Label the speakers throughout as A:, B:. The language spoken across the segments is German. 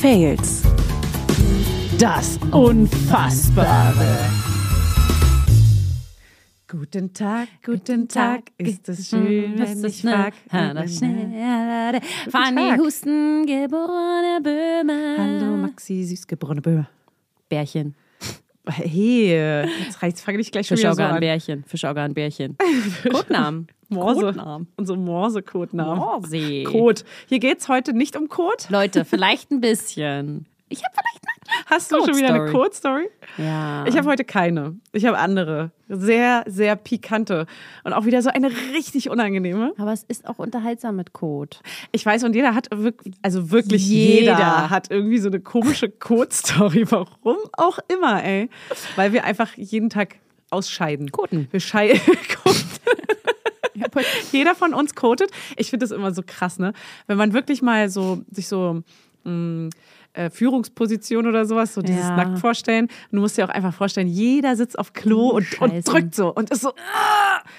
A: Fails.
B: Das Unfassbare. Guten Tag, guten Tag, Mhm. ist
A: Mhm.
B: es schön, wenn ich frag. Ähm,
A: Schneller.
B: Tag.
A: Fanny Husten, geborene Böhme.
B: Hallo Maxi, süßgeborene Böhme.
A: Bärchen.
B: Hey, jetzt reicht's, fange ich gleich schon wieder so
A: Fischauge an
B: an.
A: Bärchen. Fischauge an Bärchen. Codenamen.
B: Morse,
A: Codenamen.
B: unsere Morse-Codenamen.
A: Morse.
B: Code. Hier geht's heute nicht um Code.
A: Leute, vielleicht ein bisschen. Ich habe vielleicht
B: Hast du
A: Code
B: schon wieder eine
A: Story.
B: Code-Story? Ah.
A: eine. Ja.
B: Ich habe heute keine. Ich habe andere. Sehr, sehr pikante. Und auch wieder so eine richtig unangenehme.
A: Aber es ist auch unterhaltsam mit Code.
B: Ich weiß, und jeder hat wirklich, also wirklich jeder,
A: Jeder.
B: hat irgendwie so eine komische Code-Story. Warum auch immer, ey. Weil wir einfach jeden Tag ausscheiden.
A: Koten.
B: Wir scheiden. jeder von uns codet. Ich finde das immer so krass, ne? Wenn man wirklich mal so sich so mh, äh, Führungsposition oder sowas, so dieses
A: Ja.
B: nackt vorstellen. Und du musst dir auch einfach vorstellen, jeder sitzt auf Klo und,
A: Scheißen.
B: und drückt so und ist so,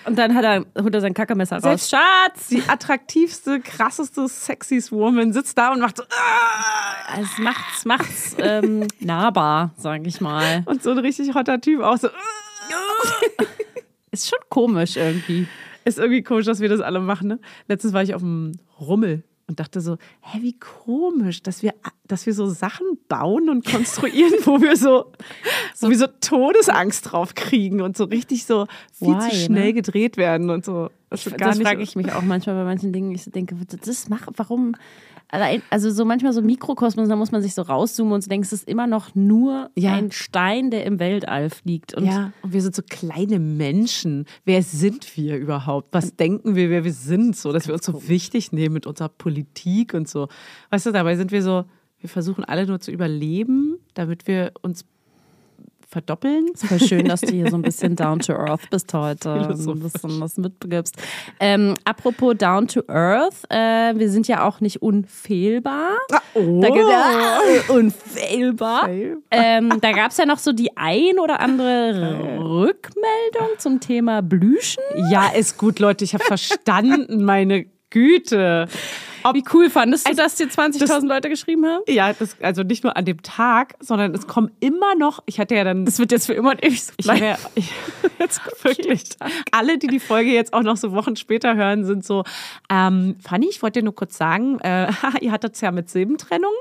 A: Und dann hat er, holt er sein Kackermesser
B: Selbst-
A: raus. Schatz!
B: die attraktivste, krasseste, sexiest Woman sitzt da und macht so, "Ah!"
A: Es macht's, macht's ähm, nahbar, sag ich mal.
B: und so ein richtig hotter Typ auch so, "Ah!"
A: Ist schon komisch irgendwie.
B: ist irgendwie komisch, dass wir das alle machen. Ne? Letztens war ich auf dem Rummel und dachte so, hä, wie komisch, dass wir, dass wir so Sachen bauen und konstruieren, wo wir so, so wie so Todesangst drauf kriegen und so richtig so viel
A: Why,
B: zu
A: ne?
B: schnell gedreht werden und so.
A: Ich,
B: wird
A: das frage ich mich auch manchmal bei manchen Dingen. Ich so denke, das mach, warum? Allein- Also so manchmal so Mikrokosmos, da muss man sich so rauszoomen und so denkt, es ist immer noch nur
B: Ja.
A: ein Stein, der im Weltall fliegt. Und
B: ja, und wir sind so kleine Menschen. Wer sind wir überhaupt? Was denken wir, wer wir sind? So, dass wir uns so wichtig nehmen mit unserer Politik und so. Weißt du, dabei sind wir so, wir versuchen alle nur zu überleben, damit wir uns verdoppeln.
A: Voll schön, dass du hier so ein bisschen down to earth bist heute. Ein
B: Philosophisch.
A: bisschen was mitbegibst. Ähm, apropos down to earth, äh, wir sind ja auch nicht unfehlbar.
B: Oh.
A: Da gibt's, ah, unfehlbar.
B: Fehlbar.
A: Ähm, da gab es ja noch so die ein oder andere Rückmeldung zum Thema Blüschen.
B: Ja, ist gut, Leute. Ich habe verstanden, meine Güte. Ob
A: Wie cool fandest du, dass dir 20.000 Leute geschrieben haben?
B: ja, das, also nicht nur an dem Tag, sondern es kommen immer noch, ich hatte ja dann
A: Das wird jetzt für immer und ewig so
B: Ich habe ja, ich, jetzt wirklich. Alle, die die Folge jetzt auch noch so Wochen später hören, sind so, ähm, Fanny, ich wollte dir nur kurz sagen, äh, ihr hattet es ja mit Silbentrennung.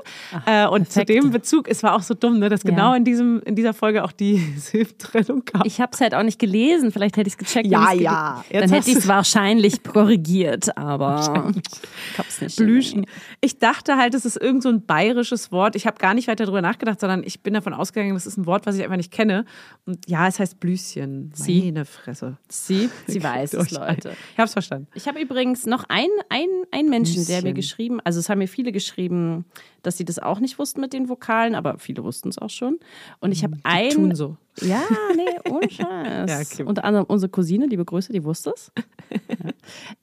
B: äh, und zu
A: perfekt.
B: dem Bezug, es war auch so dumm, ne, dass
A: Ja.
B: genau in, diesem, in dieser Folge auch die Silbentrennung kam.
A: Ich habe es halt auch nicht gelesen. Vielleicht hätte ich es gecheckt.
B: Ja,
A: wenn ich's
B: ja.
A: gele-
B: Jetzt
A: Dann
B: hast
A: hätte ich es
B: du's.
A: wahrscheinlich korrigiert, aber ich hab's nicht.
B: Blüschen. Ich dachte halt, es ist irgend so ein bayerisches Wort. Ich habe gar nicht weiter drüber nachgedacht, sondern ich bin davon ausgegangen, das ist ein Wort, was ich einfach nicht kenne. Und ja, es heißt Blüschen.
A: Sie.
B: Meine Fresse.
A: Sie, sie weiß
B: Guckt
A: es,
B: euch an.
A: Leute.
B: Ich habe es verstanden.
A: Ich habe übrigens noch einen ein, ein Menschen, der mir
B: Bisschen.
A: geschrieben, also es haben mir viele geschrieben, dass sie das auch nicht wussten mit den Vokalen, aber viele wussten es auch schon. Und ich habe einen.
B: Tun so.
A: Ja, nee, ohne Scheiß.
B: Ja, okay.
A: Unter anderem unsere Cousine, liebe Grüße, die wusste es. Ja.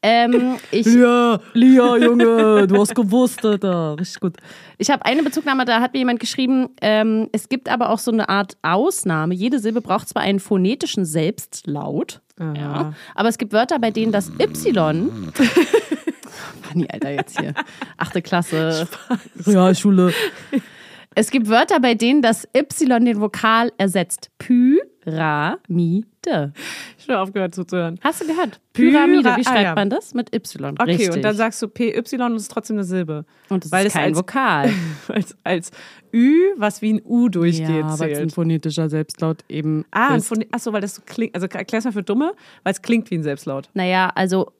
A: Ähm, ich,
B: Ja,
A: Lia, Junge, du hast gewusst, Alter. Richtig gut. Ich habe eine Bezugnahme, da hat mir jemand geschrieben, ähm, es gibt aber auch so eine Art Ausnahme. Jede Silbe braucht zwar einen phonetischen Selbstlaut, ja, aber es gibt Wörter, bei denen das Y. Fanny, Alter, jetzt hier. Achte Klasse. Realschule. Es gibt Wörter, bei denen das Y den Vokal ersetzt. Pyramide.
B: schon aufgehört zuzuhören.
A: Hast du gehört?
B: Pyra-
A: Pyramide,
B: ah,
A: wie schreibt
B: ja.
A: man das? Mit Y.
B: Okay,
A: Richtig.
B: und dann sagst du PY und es ist trotzdem eine Silbe.
A: Und es
B: Weil es
A: ist kein
B: als-
A: Vokal.
B: Als, als Ü, was wie ein U durchgeht, zählt.
A: phonetischer Selbstlaut eben.
B: Ah,
A: Ah,
B: ein Phon- ach so, weil das so klingt, also erklär's mal für Dumme, weil es klingt wie ein Selbstlaut.
A: naja, also,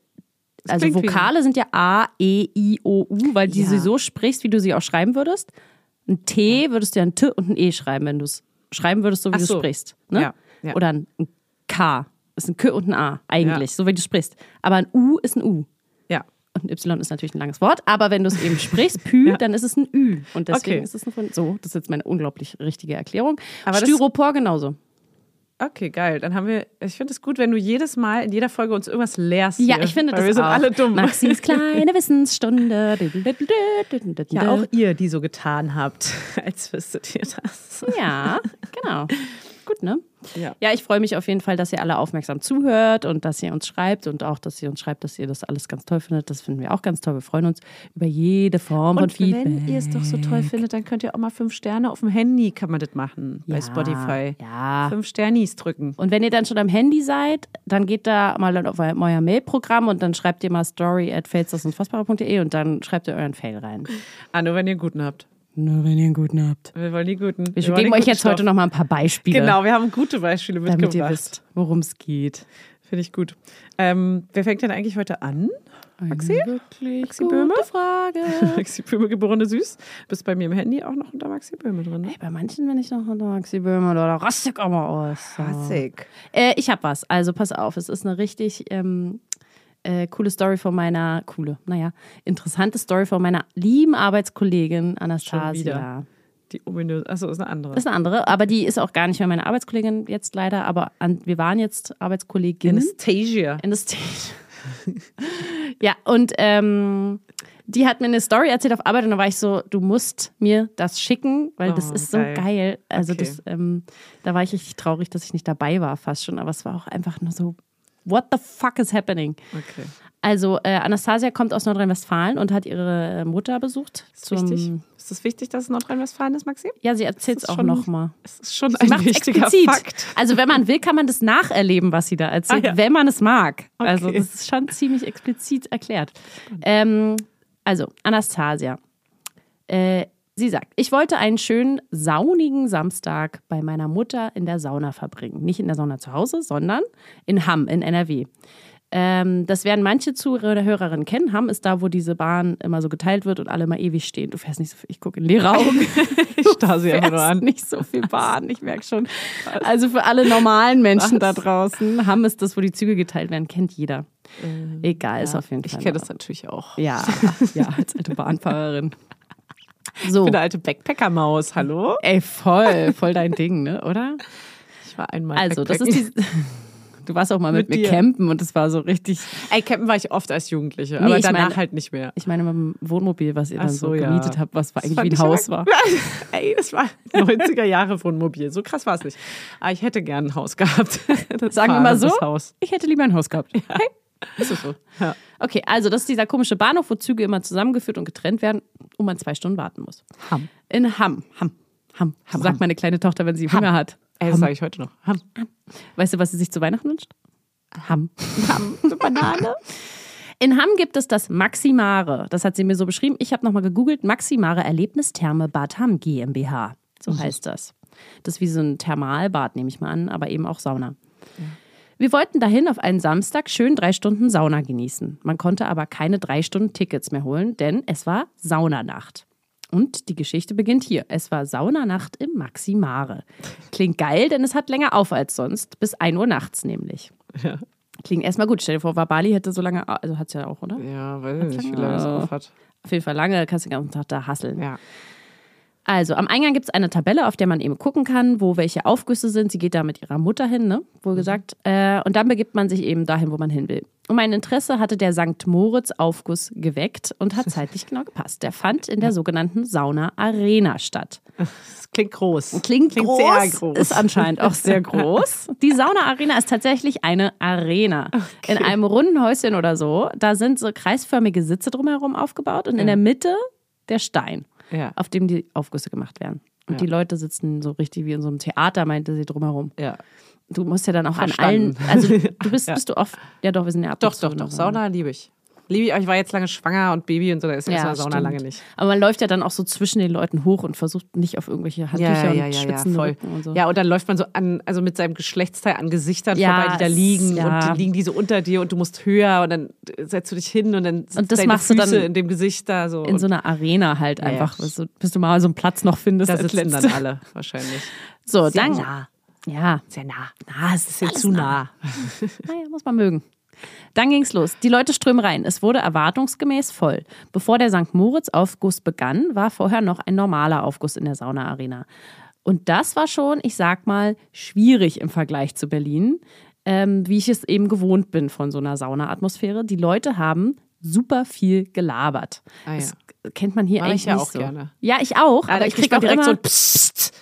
A: also
B: klingt wie-
A: Vokale sind ja A, E, I, O, U, weil die
B: Ja.
A: sie so sprichst, wie du sie auch schreiben würdest. Ein T würdest du ja ein T und ein E schreiben, wenn du es schreiben würdest, so wie
B: Ach
A: du
B: so.
A: sprichst. Ne?
B: Ja, ja.
A: Oder ein ein K ist ein K und ein A eigentlich, so wie du sprichst. Aber ein U ist ein U.
B: Ja.
A: Und ein Y ist natürlich ein langes Wort, aber wenn du es eben sprichst, Pü, dann ist es ein Ü. Und deswegen
B: Okay.
A: ist es ein Phon So, das ist jetzt meine unglaublich richtige Erklärung.
B: Aber das-
A: Styropor genauso.
B: Okay, geil. Dann haben wir, ich finde es gut, wenn du jedes Mal in jeder Folge uns irgendwas lehrst.
A: Ja,
B: hier,
A: ich finde
B: weil
A: das
B: Wir sind
A: auch.
B: alle dumm.
A: Maxis kleine Wissensstunde.
B: Ja, auch ihr, die so getan habt, als wüsstet ihr das.
A: Ja, genau. Gut, ne?
B: Ja.
A: Ja, ich freue mich auf jeden Fall, dass ihr alle aufmerksam zuhört und dass ihr uns schreibt und auch, dass ihr uns schreibt, dass ihr das alles ganz toll findet. Das finden wir auch ganz toll. Wir freuen uns über jede Form von
B: Und
A: Feedback.
B: wenn ihr es doch so toll findet, dann könnt ihr auch mal fünf Sterne auf dem Handy, kann man das machen, bei
A: Ja,
B: Spotify.
A: ja.
B: Fünf Sternis drücken.
A: Und wenn ihr dann schon am Handy seid, dann geht da mal auf euer Mailprogramm und dann schreibt ihr mal story at failsasunfassbare.de und dann schreibt ihr euren Fail rein.
B: Ah, nur wenn ihr einen guten habt.
A: Nur wenn ihr einen guten habt.
B: Wir wollen die guten.
A: Wir
B: wollen den
A: geben euch
B: guten
A: jetzt heute
B: Stoff.
A: noch mal ein paar Beispiele,
B: Genau, wir haben gute Beispiele mitgebracht.
A: damit ihr wisst, worum es geht.
B: Finde ich gut. Ähm, wer fängt denn eigentlich heute an? Maxi?
A: Wirklich
B: Maxi Böhme?
A: Frage.
B: Maxi Böhme, geborene Süß. Bist bei mir im Handy auch noch unter Maxi Böhme drin. Ne?
A: Ey, bei manchen bin ich noch unter Maxi Böhme oder Rastik aber aus.
B: Ah, Klassik.
A: Äh, ich hab was. Also pass auf, es ist eine richtig ähm, äh, coole Story von meiner, coole, naja, interessante Story von meiner lieben Arbeitskollegin Anastasia.
B: wieder. Die ominöse. Achso, ist eine andere.
A: Ist eine andere, aber die ist auch gar nicht mehr meine Arbeitskollegin jetzt leider, aber an, wir waren jetzt Arbeitskolleginnen.
B: Anastasia.
A: In the Stage. ja, und ähm, die hat mir eine Story erzählt auf Arbeit und da war ich so, du musst mir das schicken, weil das
B: Oh,
A: ist so
B: geil.
A: geil. Also
B: Okay.
A: das, ähm, da war ich richtig traurig, dass ich nicht dabei war fast schon, aber es war auch einfach nur so, what the fuck is happening?
B: Okay.
A: Also äh, Anastasia kommt aus Nordrhein-Westfalen und hat ihre Mutter besucht.
B: Ist, wichtig. ist das wichtig, dass es Nordrhein-Westfalen ist, Maxi?
A: Ja, sie erzählt es
B: Ist das
A: auch
B: schon-
A: nochmal.
B: Es ist schon
A: Sie
B: ein
A: macht's
B: wichtiger
A: explizit.
B: Fakt.
A: Also wenn man will, kann man das nacherleben, was sie da erzählt,
B: Ah, ja.
A: wenn man es mag. Also
B: Okay.
A: das ist schon ziemlich explizit erklärt. Ähm, also Anastasia. Äh, sie sagt, ich wollte einen schönen saunigen Samstag bei meiner Mutter in der Sauna verbringen. Nicht in der Sauna zu Hause, sondern in Hamm in NRW. Ähm, das werden manche Zuhörer Hörerinnen kennen. Hamm ist da, wo diese Bahn immer so geteilt wird und alle immer ewig stehen. Du fährst nicht so viel. Ich gucke in leere Augen
B: Ich starre sie einfach nur
A: fährst
B: an.
A: nicht so viel Bahn, ich merke schon. Also für alle normalen Menschen da draußen, Hamm ist das, wo die Züge geteilt werden, kennt jeder. Egal, ist auf jeden
B: Ich
A: Fall.
B: kenne das natürlich auch.
A: Ja, ja, als alte Bahnfahrerin. So.
B: Ich bin eine alte Backpacker-Maus, hallo?
A: Ey, voll, voll dein Ding, ne, oder?
B: Ich war einmal
A: Also, das
B: Backpacken.
A: ist die. Du warst auch mal mit,
B: Mit
A: mir
B: dir.
A: campen und es war so richtig.
B: Ey, campen war ich oft als Jugendliche, aber
A: ich
B: danach
A: meine-
B: halt nicht mehr.
A: Ich meine, mit dem Wohnmobil, was ihr dann
B: Ach
A: so,
B: so, ja.
A: gemietet habt, was
B: Das
A: eigentlich
B: fand
A: wie ein
B: ich
A: Haus
B: aber-
A: war.
B: Ey, das war 90er Jahre Wohnmobil. So krass war es nicht. Aber ich hätte gern ein Haus gehabt. Das
A: Sagen wir
B: war
A: mal so,
B: Das Haus.
A: ich hätte lieber ein Haus gehabt. Hey, ist es so.
B: Ja.
A: Okay, also das ist dieser komische Bahnhof, wo Züge immer zusammengeführt und getrennt werden und man zwei Stunden warten muss.
B: Hamm.
A: In Hamm. Hamm. Hamm. Hamm. Sagt meine kleine Tochter, wenn sie Hunger hat.
B: Ey, das sage ich heute noch. Hamm.
A: Weißt du, was sie sich zu Weihnachten wünscht? Hamm. Hamm. Eine Banane. In Hamm gibt es das Maximare. Das hat sie mir so beschrieben. Ich habe nochmal gegoogelt. Maximare Erlebnistherme Bad Hamm GmbH. So heißt das. Das ist wie so ein Thermalbad, nehme ich mal an, aber eben auch Sauna. Wir wollten dahin auf einen Samstag schön drei Stunden Sauna genießen. Man konnte aber keine drei Stunden Tickets mehr holen, denn es war Saunanacht. Und die Geschichte beginnt hier. Es war Saunanacht im Maximare. Klingt geil, denn es hat länger auf als sonst, bis 1 Uhr nachts nämlich.
B: Ja.
A: Klingt erstmal gut. Stell dir vor, Wabali hätte so lange, au- also hat es ja auch, oder?
B: Ja, weiß ich nicht, wie
A: lange
B: lange
A: das
B: das
A: auf
B: auf hat.
A: Auf jeden Fall lange, kannst den ganzen Tag da hasseln.
B: Ja.
A: Also, am Eingang gibt es eine Tabelle, auf der man eben gucken kann, wo welche Aufgüsse sind. Sie geht da mit ihrer Mutter hin, ne? Wohl gesagt. Äh, und dann begibt man sich eben dahin, wo man hin will. Und mein Interesse hatte der St. Moritz-Aufguss geweckt und hat zeitlich genau gepasst. Der fand in der sogenannten Sauna Arena statt.
B: Das klingt groß.
A: Klingt, groß,
B: sehr groß.
A: ist anscheinend auch sehr groß. Die Sauna-Arena ist tatsächlich eine Arena. In einem runden Häuschen oder so, da sind so kreisförmige Sitze drumherum aufgebaut und in der Mitte der Stein,
B: Ja.
A: auf dem die Aufgüsse gemacht werden. Und
B: Ja.
A: die Leute sitzen so richtig wie in so einem Theater, meinte sie drumherum.
B: ja.
A: Du musst ja dann auch
B: Verstanden.
A: an allen, also du bist, bist du oft, ja doch, wir sind ja ab und
B: Doch,
A: zu
B: doch, doch.
A: noch-
B: Sauna liebe ich. Liebe ich, aber ich war jetzt lange schwanger und Baby und so, da ist
A: Ja,
B: erstmal Sauna
A: stimmt.
B: lange nicht.
A: Aber man läuft ja dann auch so zwischen den Leuten hoch und versucht nicht auf irgendwelche Handtücher und schwitzende
B: voll.
A: Rücken und so.
B: Ja, und dann läuft man so an, also mit seinem Geschlechtsteil an Gesichtern
A: Ja,
B: vorbei, die da
A: es-
B: liegen
A: ja.
B: und die liegen diese so unter dir und du musst höher und dann setzt du dich hin und dann sind
A: das
B: deine
A: machst du
B: Füße
A: dann
B: in dem Gesicht da so.
A: in so einer Arena halt
B: ja.
A: einfach, bis du- bis du mal so einen Platz noch findest.
B: da
A: als
B: sitzen
A: Letzte.
B: dann alle wahrscheinlich.
A: So, dann.
B: nah.
A: Ja,
B: Sehr nah.
A: na, es ist
B: Sehr
A: alles
B: zu nah.
A: Naja, muss man mögen. Dann ging's los. Die Leute strömen rein. Es wurde erwartungsgemäß voll. Bevor der St. Moritz-Aufguss begann, war vorher noch ein normaler Aufguss in der Sauna-Arena. Und das war schon, ich sag mal, schwierig im Vergleich zu Berlin, ähm, wie ich es eben gewohnt bin von so einer Sauna-Atmosphäre. Die Leute haben super viel gelabert.
B: Ah ja.
A: Das kennt man hier
B: Mach ich
A: eigentlich
B: ja
A: nicht
B: auch
A: so.
B: gerne.
A: Ja, ich auch.
B: Aber
A: aber ich kriege auch
B: direkt
A: immer,
B: so ein Psst.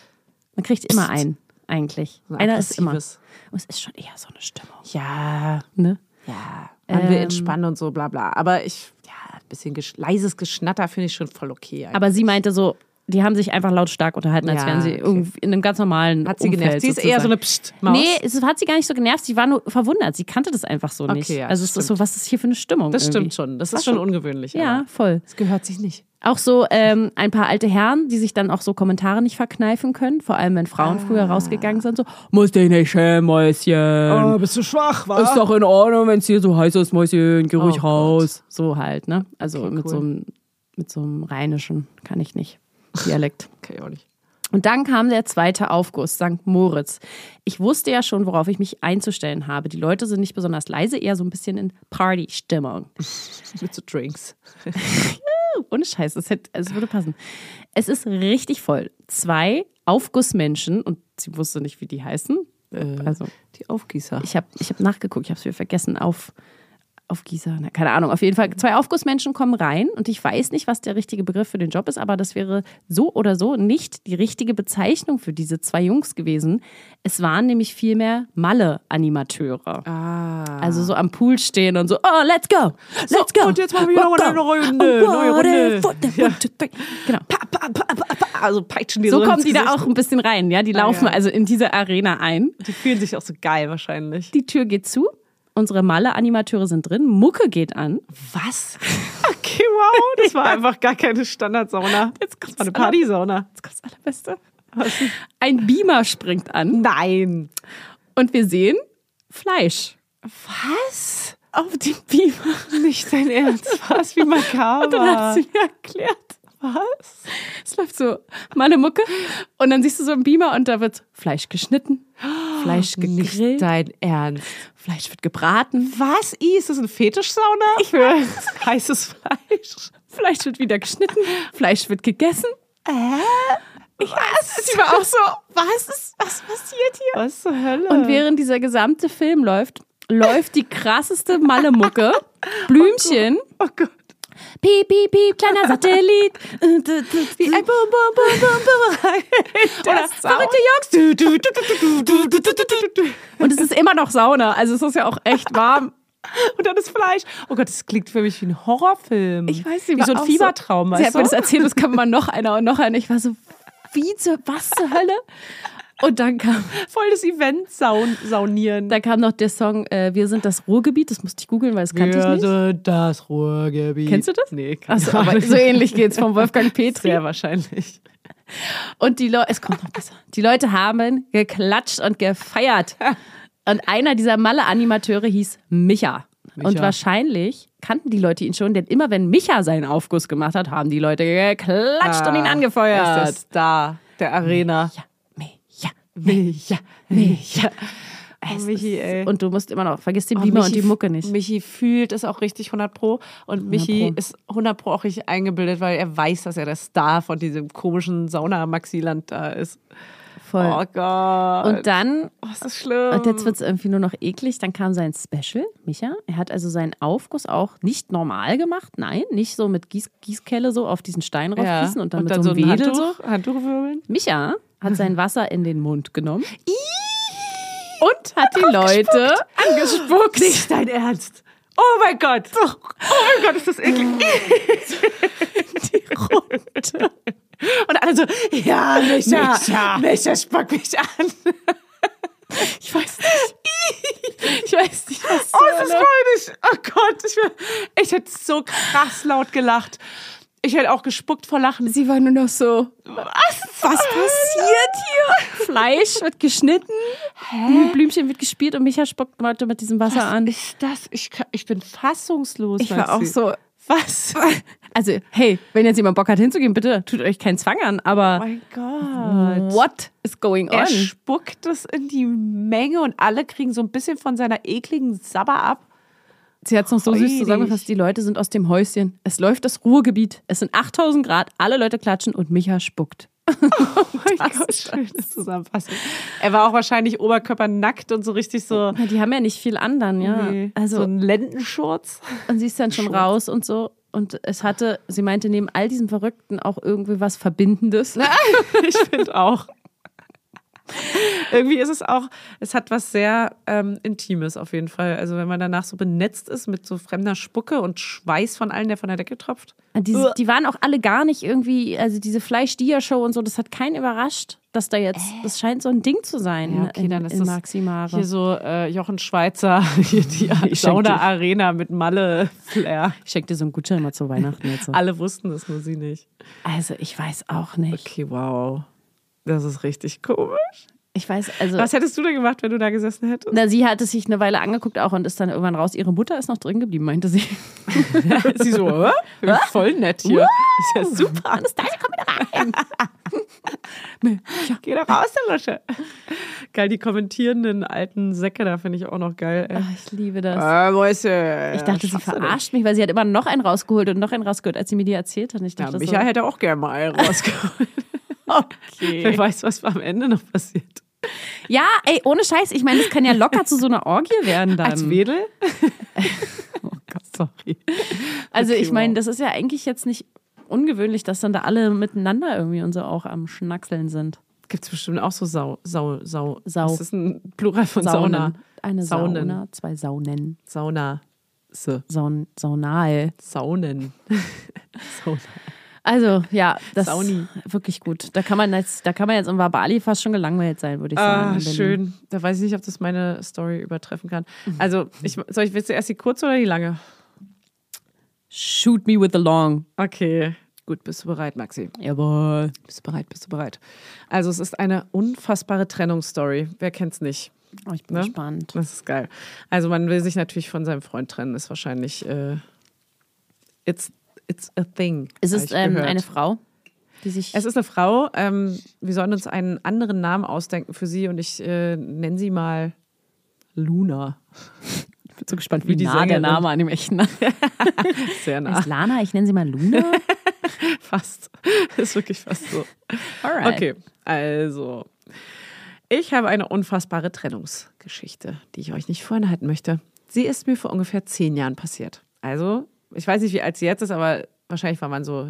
A: man kriegt immer einen. eigentlich.
B: So ein
A: Einer ist immer.
B: aggressives.
A: Und es ist schon eher so eine Stimmung.
B: Ja,
A: Ne?
B: ja. Man will
A: Ähm.
B: entspannen und so, bla bla. Aber ich, ja, ein bisschen gesch leises Geschnatter finde ich schon voll okay.
A: Aber sie meinte so, die haben sich einfach lautstark unterhalten, als
B: Ja,
A: wären sie
B: okay.
A: irgendwie in einem ganz normalen
B: Hat sie
A: Umfeld
B: genervt. Sie ist eher so eine
A: sozusagen.
B: Psst-Maus.
A: Nee, es hat sie gar nicht so genervt. Sie war nur verwundert. Sie kannte das einfach so nicht.
B: Okay, ja,
A: also es
B: das
A: ist so, was ist hier für eine Stimmung?
B: das
A: irgendwie?
B: stimmt schon. Das
A: War
B: ist schon
A: schon-
B: ungewöhnlich.
A: Ja,
B: aber
A: voll.
B: Es gehört sich nicht.
A: Auch so ähm, ein paar alte Herren, die sich dann auch so Kommentare nicht verkneifen können, vor allem wenn Frauen
B: Ah.
A: früher rausgegangen sind, so, muss dich nicht schämen, Mäuschen.
B: Oh, bist du schwach,
A: Ist doch in Ordnung, wenn es hier so heiß ist, Mäuschen, geh ruhig
B: Oh Gott.
A: raus. So halt, ne? Also
B: Okay,
A: mit,
B: cool.
A: so einem, mit so einem rheinischen, kann ich nicht, Dialekt.
B: Okay, auch nicht.
A: Und dann kam der zweite Aufguss, St. Moritz. Ich wusste ja schon, worauf ich mich einzustellen habe. Die Leute sind nicht besonders leise, eher so ein bisschen in Party-Stimmung.
B: Mit so Drinks.
A: Ohne Scheiß, es, hätte, es würde passen. Es ist richtig voll. Zwei Aufgussmenschen, und sie wusste nicht, wie die heißen. Also,
B: Die Aufgießer.
A: ich habe ich hab nachgeguckt, ich habe es wieder vergessen. Auf, auf Gießer, na, keine Ahnung. Auf jeden Fall, zwei Aufgussmenschen kommen rein und ich weiß nicht, was der richtige Begriff für den Job ist, aber das wäre so oder so nicht die richtige Bezeichnung für diese zwei Jungs gewesen. Es waren nämlich vielmehr Malle-Animateure.
B: Ah.
A: Also so am Pool stehen und so, oh, let's go, let's go.
B: und jetzt machen wir noch
A: Rock
B: eine
A: go.
B: neue Runde,
A: Oh,
B: neue
A: what
B: Runde.
A: if- what the-
B: Ja.
A: one, two, three. Genau.
B: Pa, pa, pa, pa, pa. Also peitschen die
A: So
B: ins
A: kommen die da
B: Gesicht.
A: auch ein bisschen rein, ja. Die laufen
B: Ah, ja.
A: also in diese Arena ein.
B: Die fühlen sich auch so geil wahrscheinlich.
A: Die Tür geht zu. Unsere Malle-Animateure sind drin. Mucke geht an.
B: Was? Okay, wow. Das war einfach gar keine Standardsauna.
A: Jetzt kommt's
B: Das war eine
A: an.
B: Partysauna.
A: Jetzt kommt das Allerbeste. Ein Beamer springt an
B: Nein.
A: und wir sehen Fleisch
B: Was?
A: auf dem Beamer.
B: Nicht dein Ernst. Was? Wie
A: Dann hat
B: makaber.
A: sie mir erklärt.
B: Was?
A: Es läuft so Malle Mucke und dann siehst du so einen Beamer und da wird Fleisch geschnitten, Fleisch gegrillt,
B: dein Ernst.
A: Fleisch wird gebraten,
B: Was? I, ist das eine Fetischsauna? Ich will heißes Fleisch.
A: Fleisch wird wieder geschnitten, Fleisch wird gegessen.
B: Was?
A: Sie war auch so, was ist, was passiert hier?
B: Was zur Hölle?
A: Und während dieser gesamte Film läuft, läuft die krasseste Malle-Mucke. Blümchen.
B: oh Gott.
A: Piep, piep, piep, kleiner Satellit. Wie
B: Ein Bum, Bum, Bum, Bum, Bum. Oder verrückte Jungs. Du, du, du, du, du, du, du, du, du, du.
A: Und es ist immer noch Sauna. Also es ist ja auch echt warm.
B: Und dann das Fleisch. Oh Gott, das klingt für mich wie ein Horrorfilm. wie
A: war
B: so ein
A: auch
B: Fiebertraum.
A: Sie
B: weißt
A: hat mir das
B: du?
A: erzählt, das kam immer noch einer und noch einer. Ich war so, wie zur, was zur Hölle? Und dann kam,
B: Voll das Event-Saunieren.
A: dann kam noch der Song äh, Wir sind das Ruhrgebiet. Das musste ich googeln, weil das kannte ich nicht.
B: sind das Ruhrgebiet.
A: Kennst du das?
B: Nee, kann
A: Achso, aber so ähnlich geht's von Wolfgang Petri.
B: Sehr wahrscheinlich.
A: Und die Leute, es kommt noch besser. Die Leute haben geklatscht und gefeiert. Und einer dieser Malle-Animateure hieß Micha.
B: Micha.
A: Und wahrscheinlich kannten die Leute ihn schon, denn immer wenn Micha seinen Aufguss gemacht hat, haben die Leute geklatscht und ihn
B: Er
A: angefeuert.
B: Ah, Ist der Star der Arena.
A: Ja, Micha.
B: Micha, Micha. Oh, Michi, ey.
A: Und du musst immer noch, vergiss den
B: Oh,
A: Beamer und
B: Michi-
A: die Mucke nicht.
B: Michi fühlt es auch richtig 100 Pro. Und Michi
A: Pro.
B: ist 100 Pro auch richtig eingebildet, weil er weiß, dass er der Star von diesem komischen Sauna-Maxiland da ist.
A: Voll.
B: Oh Gott.
A: und dann
B: oh, ist das schlimm.
A: Und jetzt wird es irgendwie nur noch eklig. Dann kam sein Special, Micha. Er hat also seinen Aufguss auch nicht normal gemacht. Nein, nicht so mit Gieß Gießkelle so auf diesen Stein
B: Ja.
A: raufgießen und dann mit so
B: so
A: einem
B: ein
A: Wedel so.
B: Handtuch, Handtuch wirbeln.
A: Micha hat sein Wasser in den Mund genommen. und hat die Leute angespuckt.
B: Nicht dein Ernst. Oh mein Gott. Oh mein Gott, ist das eklig. Und alle so, ja, Micha, Micha, spuck mich an.
A: Ich weiß nicht. Ich weiß nicht, was
B: Oh, das ist freudig. Oh Gott, ich, wär, ich hätte so krass laut gelacht. Ich hätte auch gespuckt vor Lachen.
A: Sie war nur noch so,
B: Was?
A: was passiert hier? Fleisch wird geschnitten, Blümchen wird gespielt und Micha spuckt Leute mit diesem Wasser an.
B: Ist das? Ich, kann- ich bin fassungslos.
A: Ich war auch
B: Maxi.
A: so.
B: Was? Oh
A: Also, hey, wenn jetzt jemand Bock hat hinzugehen, bitte tut euch keinen Zwang an,
B: Oh
A: aber
B: mein Gott.
A: what is going on?
B: Er spuckt es in die Menge und alle kriegen so ein bisschen von seiner ekligen Sabber ab.
A: Sie hat es noch so süß
B: Freudig.
A: zusammengefasst, die Leute sind aus dem Häuschen. Es läuft das Ruhrgebiet. Es sind 8000 Grad, alle Leute klatschen und Micha spuckt.
B: Oh mein Gott, schönes Zusammenfassen. Er war auch wahrscheinlich oberkörpernackt und so richtig so,
A: Na, die haben ja nicht viel anderen, ja.
B: nee,
A: also,
B: so ein Lendenschurz.
A: und sie ist dann schon
B: Schurz.
A: raus und so. Und es hatte, sie meinte, neben Ah, all diesem Verrückten auch irgendwie was Verbindendes.
B: Ich finde auch. Irgendwie ist es auch, es hat was sehr ähm, Intimes auf jeden Fall. Also wenn man danach so benetzt ist mit so fremder Spucke und Schweiß von allen, der von der Decke tropft.
A: Die,
B: Uah.
A: die waren auch alle gar nicht irgendwie, also diese Fleisch-Dia-Show und so, das hat keinen überrascht, dass da jetzt, das scheint so ein Ding zu sein
B: Ja, okay,
A: in,
B: dann ist
A: in
B: das
A: Maximare.
B: Hier so äh, Jochen Schweizer, hier die
A: Ich schenk dir.
B: Sauna-Arena mit Malle-Flair.
A: Ich schenke dir so einen Gutschein mal zu Weihnachten jetzt. So.
B: Alle wussten das, nur sie nicht.
A: Also ich weiß auch nicht.
B: Okay, wow. Das ist richtig komisch.
A: Ich weiß, also...
B: Was hättest du denn gemacht, wenn du da gesessen hättest?
A: na, sie hatte sich eine Weile angeguckt auch und ist dann irgendwann raus. Ihre Mutter ist noch drin geblieben, meinte sie.
B: sie so, hä? voll nett hier. Ist ja super.
A: Anastasia, komm wieder rein.
B: Geh doch raus, der Lusche. Geil, die kommentierenden alten Säcke da finde ich auch noch geil. Ey.
A: Ach, Oh, ich liebe das.
B: Äh, wo ist er?
A: Ich dachte, sie
B: Schaffst du denn?
A: verarscht mich, weil sie hat immer noch einen rausgeholt und noch einen rausgeholt, als sie mir die erzählt hat. Und Ich
B: Ja,
A: dachte,
B: Micha
A: so,
B: hätte auch gerne mal einen rausgeholt. Wer
A: okay.
B: weiß, was am Ende noch passiert.
A: ja, ey, ohne Scheiß. Ich meine, das kann ja locker zu so einer Orgie werden dann.
B: Als Wedel? oh Gott, sorry.
A: Also
B: Okay,
A: ich meine,
B: wow.
A: das ist ja eigentlich jetzt nicht ungewöhnlich, dass dann da alle miteinander irgendwie und so auch am Schnackseln sind.
B: Gibt es bestimmt auch so Sau, Sau, Sau.
A: Sau.
B: Das ist ein Plural von Sauna.
A: Eine
B: Saunen.
A: Sauna, zwei Saunen.
B: Sauna. Se.
A: Saun, saunal.
B: Saunen. Sauna.
A: Also, ja, das
B: Sauni.
A: ist wirklich gut. Da kann man jetzt, da kann man jetzt in Bali fast schon gelangweilt sein, würde ich sagen. in
B: Ah,
A: Berlin.
B: schön. Da weiß ich nicht, ob das meine Story übertreffen kann. Also, ich, soll ich, willst du erst die kurze oder die lange?
A: Shoot me with the long.
B: Okay. Gut, bist du bereit, Maxi?
A: Jawohl.
B: Bist du bereit, bist du bereit? Also, es ist eine unfassbare Trennungsstory. Wer kennt's nicht?
A: Oh, ich bin
B: Ne?
A: gespannt.
B: Das ist geil. Also, man will sich natürlich von seinem Freund trennen, ist wahrscheinlich. Äh, it's, it's a thing.
A: Ist
B: hab
A: es
B: ich
A: ähm,
B: gehört.
A: eine Frau, die sich.
B: Es ist eine Frau. Ähm, wir sollen uns einen anderen Namen ausdenken für sie und ich äh, nenne sie mal Luna.
A: ich bin so gespannt,
B: wie die Sängerin.
A: an dem echten Namen
B: Sehr nah.
A: ist. Lana, ich nenne sie mal Luna.
B: Fast. Ist wirklich fast so.
A: Alright.
B: Okay, also. Ich habe eine unfassbare Trennungsgeschichte, die ich euch nicht vorenthalten möchte. Sie ist mir vor ungefähr zehn Jahren passiert. Also, ich weiß nicht, wie alt sie jetzt ist, aber wahrscheinlich war man so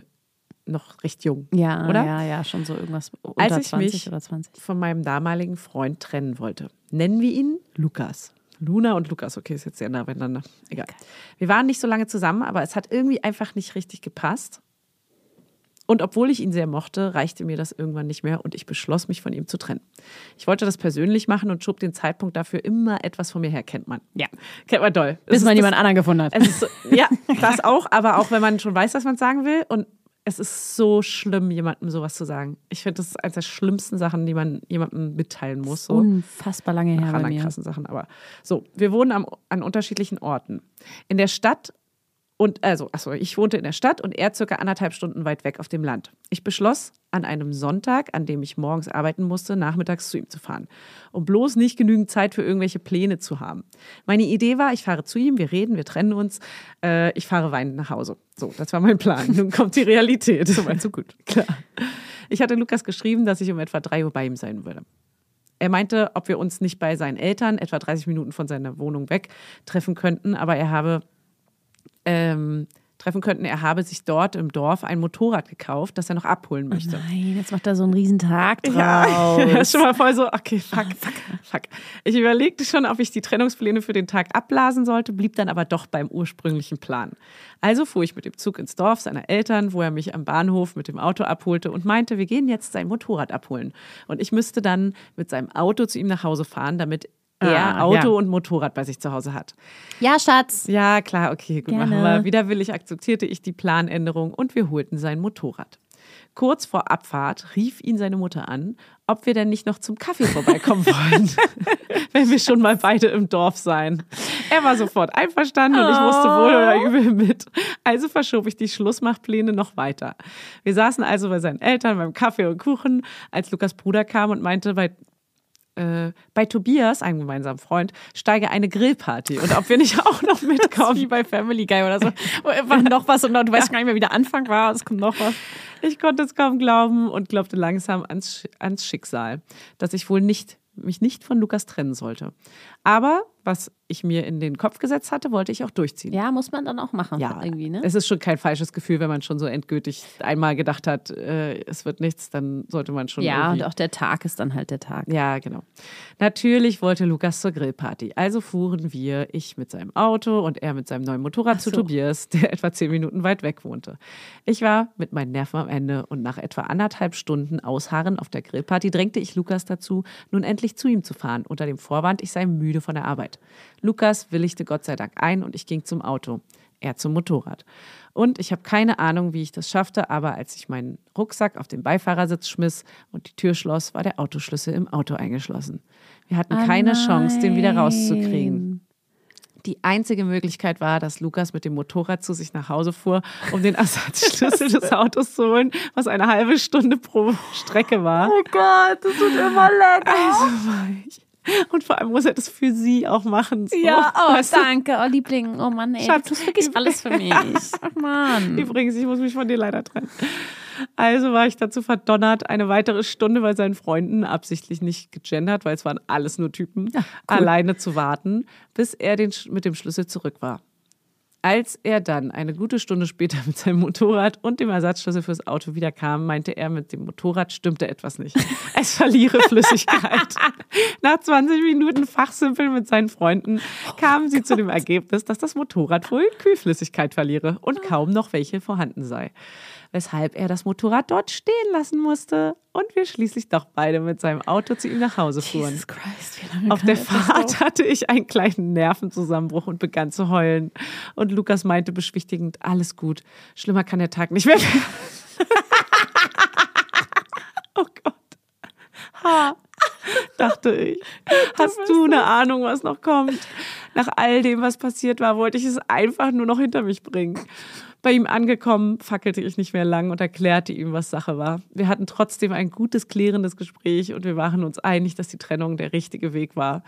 B: noch recht jung.
A: Ja,
B: oder?
A: ja, ja, schon so irgendwas unter
B: Als ich
A: 20
B: mich-
A: oder 20.
B: Von meinem damaligen Freund trennen wollte. Nennen wir ihn Lukas. Luna und Lukas, okay, ist jetzt sehr nah beieinander. Egal. Wir waren nicht so lange zusammen, aber es hat irgendwie einfach nicht richtig gepasst. Und obwohl ich ihn sehr mochte, reichte mir das irgendwann nicht mehr und ich beschloss, mich von ihm zu trennen. Ich wollte das persönlich machen und schob den Zeitpunkt dafür immer etwas von mir her, kennt man.
A: Ja.
B: Kennt man doll. Es
A: Bis
B: ist
A: man
B: das-
A: jemanden anderen gefunden hat.
B: Es ist so, ja, das auch, aber auch wenn man schon weiß, was man sagen will. Und es ist so schlimm, jemandem sowas zu sagen. Ich finde, das ist eines der schlimmsten Sachen, die man jemandem mitteilen muss. So.
A: Unfassbar lange her
B: Nach
A: bei
B: anderen
A: mir.
B: krassen Sachen, aber so. Wir wohnen am, an unterschiedlichen Orten. In der Stadt und, also, achso, ich wohnte in der Stadt und er circa anderthalb Stunden weit weg auf dem Land. Ich beschloss, an einem Sonntag, an dem ich morgens arbeiten musste, nachmittags zu ihm zu fahren, um bloß nicht genügend Zeit für irgendwelche Pläne zu haben. Meine Idee war, ich fahre zu ihm, wir reden, wir trennen uns, äh, ich fahre weinend nach Hause. So, das war mein Plan. Nun kommt die Realität. So weit, so gut. Klar. Ich hatte Lukas geschrieben, dass ich um etwa drei Uhr bei ihm sein würde. Er meinte, ob wir uns nicht bei seinen Eltern, etwa 30 Minuten von seiner Wohnung weg, treffen könnten, aber er habe ähm, treffen könnten, er habe sich dort im Dorf ein Motorrad gekauft, das er noch abholen möchte.
A: Nein, jetzt macht er so einen riesen Tag draus.
B: Ja, schon mal voll so, okay, fuck, fuck, fuck. Ich überlegte schon, ob ich die Trennungspläne für den Tag abblasen sollte, blieb dann aber doch beim ursprünglichen Plan. Also fuhr ich mit dem Zug ins Dorf seiner Eltern, wo er mich am Bahnhof mit dem Auto abholte und meinte, wir gehen jetzt sein Motorrad abholen. Und ich müsste dann mit seinem Auto zu ihm nach Hause fahren, damit er
A: Ah,
B: Auto
A: ja.
B: und Motorrad bei sich zu Hause hat.
A: Ja, Schatz.
B: Ja, klar, okay, gut,
A: Gerne.
B: machen wir. Widerwillig akzeptierte ich die Planänderung und wir holten sein Motorrad. Kurz vor Abfahrt rief ihn seine Mutter an, ob wir denn nicht noch zum Kaffee vorbeikommen wollen, wenn wir schon mal beide im Dorf seien. Er war sofort einverstanden und ich musste wohl oder übel mit. Also verschob ich die Schlussmachpläne noch weiter. Wir saßen also bei seinen Eltern beim Kaffee und Kuchen, als Lukas Bruder kam und meinte, bei äh, bei Tobias, einem gemeinsamen Freund, steige eine Grillparty. Und ob wir nicht auch noch mitkommen. wie bei Family Guy oder so.
A: Wo einfach noch was und du weißt gar nicht mehr, wie der Anfang war. Es kommt noch was.
B: Ich konnte es kaum glauben und glaubte langsam ans, Sch- ans Schicksal, dass ich wohl nicht, mich nicht von Lukas trennen sollte. Aber was ich mir in den Kopf gesetzt hatte, wollte ich auch durchziehen.
A: Ja, muss man dann auch machen. irgendwie, ne?
B: es ist schon kein falsches Gefühl, wenn man schon so endgültig einmal gedacht hat, äh, es wird nichts, dann sollte man schon
A: Ja, und
B: irgendwie
A: auch der Tag ist dann halt der Tag.
B: ja, genau. Natürlich wollte Lukas zur Grillparty. Also fuhren wir, ich mit seinem Auto und er mit seinem neuen Motorrad zu
A: so.
B: Tobias, der etwa zehn Minuten weit weg wohnte. Ich war mit meinen Nerven am Ende und nach etwa anderthalb Stunden Ausharren auf der Grillparty drängte ich Lukas dazu, nun endlich zu ihm zu fahren, unter dem Vorwand, ich sei müde von der Arbeit. Lukas willigte Gott sei Dank ein und ich ging zum Auto. Er zum Motorrad. Und ich habe keine Ahnung, wie ich das schaffte, aber als ich meinen Rucksack auf den Beifahrersitz schmiss und die Tür schloss, war der Autoschlüssel im Auto eingeschlossen. Wir hatten keine Chance, den wieder rauszukriegen. Die einzige Möglichkeit war, dass Lukas mit dem Motorrad zu sich nach Hause fuhr, um den Ersatzschlüssel des Autos zu holen, was eine halbe Stunde pro Strecke war.
A: Oh Gott, das tut immer lecker.
B: Also war ich. Und vor allem muss er das für sie auch machen. So.
A: Ja, oh,
B: Weißt du?
A: danke, oh Liebling. Oh Mann, ey,
B: Schatz,
A: du tust wirklich
B: üb-
A: alles für mich. Ach Mann.
B: Übrigens, ich muss mich von dir leider trennen. Also war ich dazu verdonnert, eine weitere Stunde bei seinen Freunden, absichtlich nicht gegendert, weil es waren alles nur Typen, alleine zu warten, bis er den, Sch- mit dem Schlüssel zurück war. Als er dann eine gute Stunde später mit seinem Motorrad und dem Ersatzschlüssel fürs Auto wiederkam, meinte er, mit dem Motorrad stimmte etwas nicht. Es verliere Flüssigkeit. Nach 20 Minuten Fachsimpeln mit seinen Freunden kamen sie zu dem Ergebnis, dass das Motorrad wohl Kühlflüssigkeit verliere und kaum noch welche vorhanden sei. Weshalb er das Motorrad dort stehen lassen musste und wir schließlich doch beide mit seinem Auto zu ihm nach Hause fuhren.
A: Jesus Christ, wie lange
B: Auf
A: kann
B: der
A: das
B: Fahrt hatte ich einen kleinen Nervenzusammenbruch und begann zu heulen. Und Lukas meinte beschwichtigend, alles gut, schlimmer kann der Tag nicht werden. oh Gott. Ha, dachte ich. Hast du eine Ahnung, was noch kommt? Nach all dem, was passiert war, wollte ich es einfach nur noch hinter mich bringen. Bei ihm angekommen, fackelte ich nicht mehr lang und erklärte ihm, was Sache war. Wir hatten trotzdem ein gutes, klärendes Gespräch und wir waren uns einig, dass die Trennung der richtige Weg war,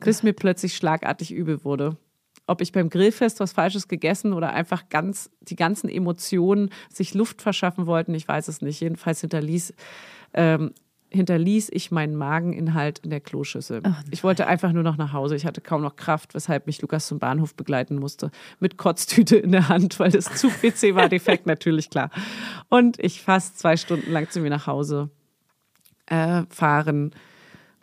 B: bis mir plötzlich schlagartig übel wurde. Ob ich beim Grillfest was Falsches gegessen oder einfach ganz die ganzen Emotionen sich Luft verschaffen wollten, ich weiß es nicht. Jedenfalls hinterließ ähm, hinterließ ich meinen Mageninhalt in der Kloschüssel. ich wollte einfach nur noch nach Hause. Ich hatte kaum noch Kraft, weshalb mich Lukas zum Bahnhof begleiten musste. Mit Kotztüte in der Hand, weil das Zug-PC war defekt, natürlich klar. Und ich fast zwei Stunden lang zu mir nach Hause äh, fahren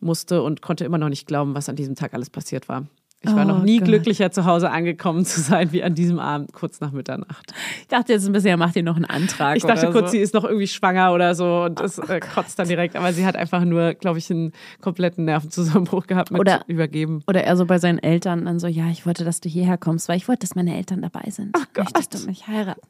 B: musste und konnte immer noch nicht glauben, was an diesem Tag alles passiert war. Ich war
A: Oh
B: noch nie
A: Gott.
B: glücklicher zu Hause angekommen zu sein, wie an diesem Abend kurz nach Mitternacht.
A: Ich dachte jetzt ein bisschen, er macht dir noch einen Antrag.
B: Ich dachte
A: oder
B: kurz,
A: so.
B: sie ist noch irgendwie schwanger oder so und das äh, kotzt dann direkt. Aber sie hat einfach nur, glaube ich, einen kompletten Nervenzusammenbruch gehabt mit
A: Oder-
B: übergeben.
A: Oder er so bei seinen Eltern dann so, ja, ich wollte, dass du hierher kommst, weil ich wollte, dass meine Eltern dabei sind. Ach
B: Gott.
A: Möchtest du mich heiraten?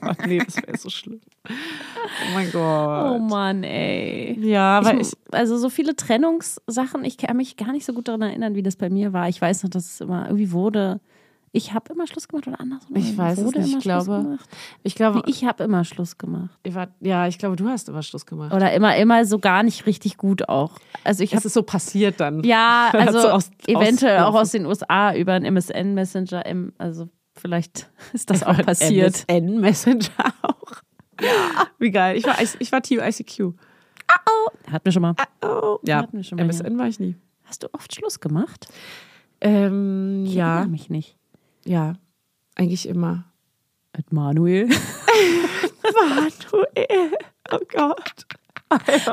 B: Ach nee, das wäre so schlimm. Oh mein Gott.
A: Oh Mann, ey.
B: Ja, aber ich,
A: Ich, also so viele Trennungssachen, ich kann mich gar nicht so gut daran erinnern, wie das bei mir war. Ich weiß noch, dass es immer irgendwie wurde. Ich habe immer Schluss gemacht oder andersrum.
B: Ich weiß es
A: wurde
B: nicht,
A: Immer
B: ich glaube- oh.
A: Schluss gemacht.
B: ich glaube,
A: Nee, ich habe immer Schluss gemacht.
B: ihr wart- ja, ich glaube, du hast immer Schluss gemacht.
A: Oder immer, immer so gar nicht richtig gut auch. Also Oh, ich
B: es
A: habe
B: ist so passiert dann.
A: ja,
B: Hat's
A: also
B: so aus-
A: eventuell
B: aus-
A: auch aus den USA über einen MSN Messenger. im- Also vielleicht ist das auch
B: Über
A: passiert.
B: MSN Messenger auch. Ja. Wie geil. Ich war, I- ich war Team ICQ.
A: Hat mir schon mal.
B: Oh, ja,
A: Hatten Ah, wir schon mal,
B: MSN war ich nie.
A: Hast du oft Schluss gemacht?
B: Ähm,
A: Ich
B: ja,
A: erinnere mich nicht.
B: ja. Eigentlich immer.
A: Mit Manuel.
B: Manuel. Oh Gott.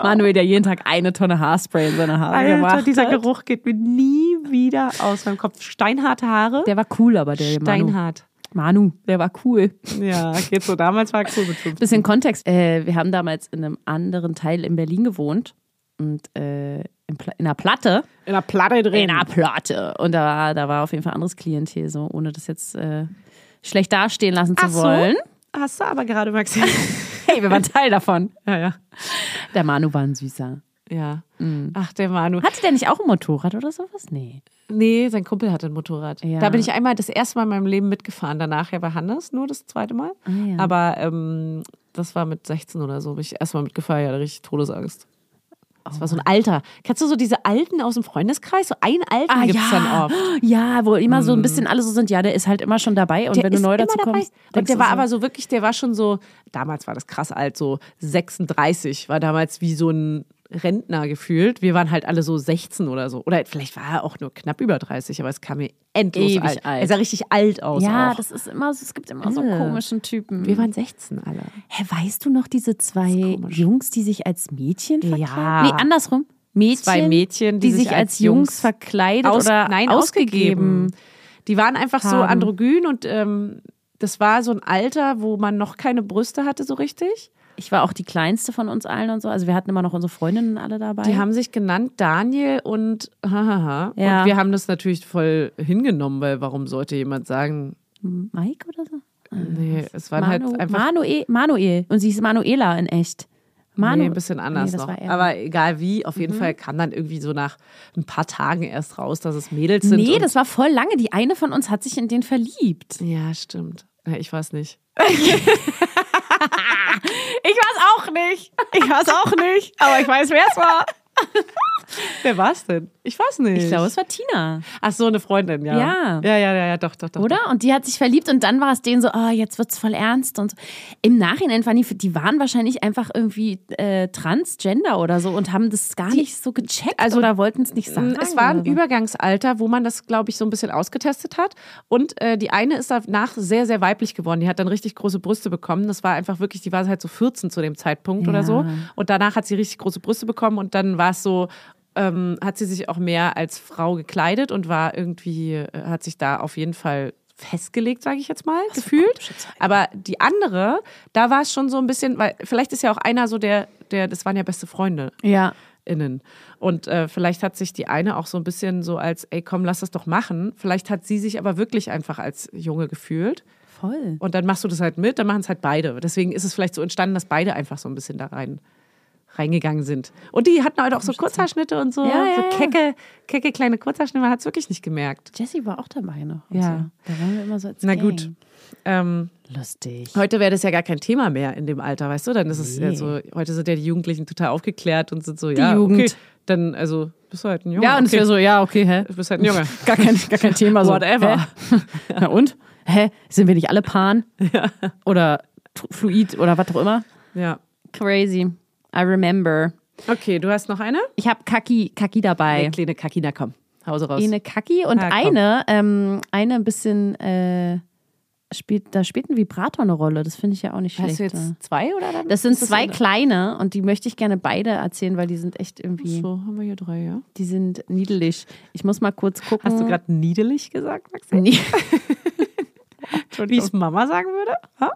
A: Manuel, der jeden Tag eine Tonne Haarspray in seine Haare
B: Alter,
A: gemacht
B: dieser
A: hat.
B: Geruch geht mir nie wieder aus meinem Kopf. Steinharte Haare.
A: Der war cool, aber der Manu. Manu, der war cool.
B: Ja, geht so. Damals war ich so mit fünf.
A: Bisschen Kontext. Äh, wir haben damals in einem anderen Teil in Berlin gewohnt und äh, in, Pla in einer Platte.
B: In der Platte
A: In
B: drin.
A: einer Platte. Und da war, da war auf jeden Fall anderes Klientel, so ohne das jetzt äh, schlecht dastehen lassen zu
B: Ach so.
A: wollen.
B: Hast du aber gerade, Maxi.
A: Hey, wir waren Teil davon.
B: ja, ja.
A: Der Manu war ein Süßer.
B: Ja. Ach, der Manu.
A: Hatte der nicht auch ein Motorrad oder sowas? Nee.
B: Nee, sein Kumpel hatte ein Motorrad.
A: Ja.
B: Da bin ich einmal das erste Mal in meinem Leben mitgefahren. Danach ja bei Hannes, nur das zweite Mal.
A: Ah, ja.
B: Aber ähm, das war mit 16 oder so. Bin ich erstmal mitgefahren. Ja, da hatte ich Todesangst. Das war so
A: Oh.
B: ein alter. Kennst du so diese Alten aus dem Freundeskreis? So einen Alten
A: Ah,
B: gibt's dann oft. Mhm.
A: Ja, wo immer so ein bisschen alle so sind, ja, der ist halt immer schon dabei und
B: Der
A: wenn du
B: ist
A: neu
B: immer
A: dazu
B: dabei.
A: kommst.
B: Und
A: denkst
B: der
A: du
B: war
A: so,
B: aber so wirklich, der war schon so, damals war das krass alt, so 36, war damals wie so ein Rentner gefühlt. Wir waren halt alle so 16 oder so. Oder vielleicht war er auch nur knapp über 30, aber es kam mir endlos
A: Ewig
B: alt.
A: alt.
B: Er sah richtig alt aus.
A: Ja,
B: auch.
A: das ist immer so, es gibt immer so
B: Äh.
A: einen komischen Typen.
B: Wir waren 16 alle.
A: Hä, weißt du noch diese zwei
B: komisch.
A: Jungs, die sich als Mädchen verkleiden?
B: Ja.
A: Nee, andersrum. Mädchen,
B: Zwei Mädchen, die,
A: sich als Jungs verkleidet
B: aus,
A: oder
B: nein,
A: ausgegeben.
B: ausgegeben. Die waren einfach so
A: haben.
B: androgyn und ähm, das war so ein Alter, wo man noch keine Brüste hatte so richtig.
A: Ich war auch die kleinste von uns allen und so. Also wir hatten immer noch unsere Freundinnen alle dabei.
B: Die haben sich genannt Daniel und hahaha.
A: Ja.
B: Und wir haben das natürlich voll hingenommen, weil warum sollte jemand sagen,
A: Mike oder so?
B: nee, es waren
A: Ah, Manu,
B: halt einfach
A: Manuel, Manuel. Und sie hieß Manuela in echt. Manu,
B: nee, ein bisschen anders
A: Nee, das
B: noch.
A: war er. Mhm.
B: Aber egal wie, auf jeden Fall kam dann irgendwie so nach ein paar Tagen erst raus, dass es Mädels sind.
A: nee,
B: und-
A: das war voll lange. Die eine von uns hat sich in den verliebt.
B: ja, stimmt. Ja, ich weiß nicht.
A: Ich weiß auch nicht. Ich weiß auch nicht. Aber ich weiß, wer es war.
B: Wer war es denn? Ich weiß nicht.
A: Ich glaube, es war Tina.
B: Ach so, eine Freundin, ja.
A: Ja.
B: Ja, ja, ja, ja doch, doch, doch.
A: Oder? Und die hat sich verliebt und dann war es denen so, ah, jetzt wird's voll ernst und so. Im Nachhinein waren die, die waren wahrscheinlich einfach irgendwie äh, transgender oder so und haben das gar nicht so gecheckt also, oder wollten es nicht sagen.
B: Mm, Es war ein
A: oder so.
B: Übergangsalter, wo man das, glaube ich, so ein bisschen ausgetestet hat. Und äh, die eine ist danach sehr, sehr weiblich geworden. Die hat dann richtig große Brüste bekommen. Das war einfach wirklich, die war halt so 14 zu dem Zeitpunkt
A: Ja.
B: oder so. Und danach hat sie richtig große Brüste bekommen und dann war es so. Ähm, hat sie sich auch mehr als Frau gekleidet und war irgendwie, äh, hat sich da auf jeden Fall festgelegt, sage ich jetzt mal, gefühlt.
A: komische Zeit.
B: Aber die andere, da war es schon so ein bisschen, weil vielleicht ist ja auch einer so der, der, das waren ja beste Freunde
A: Ja.
B: innen. Und äh, vielleicht hat sich die eine auch so ein bisschen so als, ey, komm, lass das doch machen. Vielleicht hat sie sich aber wirklich einfach als Junge gefühlt.
A: Voll.
B: Und dann machst du das halt mit, dann machen es halt beide. Deswegen ist es vielleicht so entstanden, dass beide einfach so ein bisschen da rein reingegangen sind. Und die hatten halt auch so Kurzhaarschnitte und so,
A: Ja, ja, ja.
B: so kecke, kecke kleine Kurzhaarschnitte. Man hat es wirklich nicht gemerkt.
A: Jessie war auch dabei noch. und
B: Ja.
A: So. Da waren wir immer so als
B: Na
A: Gang.
B: gut. Ähm,
A: Lustig.
B: Heute wäre das ja gar kein Thema mehr in dem Alter, weißt du? Dann ist es ja so, heute sind ja die Jugendlichen total aufgeklärt und sind so, ja, okay,
A: Jugend.
B: dann, also, bist du halt ein Junge.
A: Ja, und es
B: okay.
A: wäre so, ja, okay, hä?
B: Du bist halt ein Junge.
A: Gar kein, gar kein Thema so.
B: Whatever.
A: Hä? Na und? Hä? Sind wir nicht alle Pan? Oder tr- fluid oder was auch immer?
B: Ja.
A: Crazy. I remember.
B: Okay, du hast noch eine?
A: Ich habe Kaki, Kaki dabei.
B: kleine Kakina, komm. Hause raus.
A: Eine Kaki und
B: Na, komm.
A: eine, ähm, eine ein bisschen, äh, spielt, da spielt ein Vibrator eine Rolle. Das finde ich ja auch nicht schlecht.
B: hast du jetzt äh, zwei oder? dann-
A: das sind
B: ist
A: zwei
B: eine?
A: kleine und die möchte ich gerne beide erzählen, weil die sind echt irgendwie,
B: So, haben wir hier drei, ja.
A: die sind niedelig. Ich muss mal kurz gucken.
B: Hast du gerade niedelig gesagt, Maxi?
A: Nee.
B: Wie es Mama sagen würde? Ha?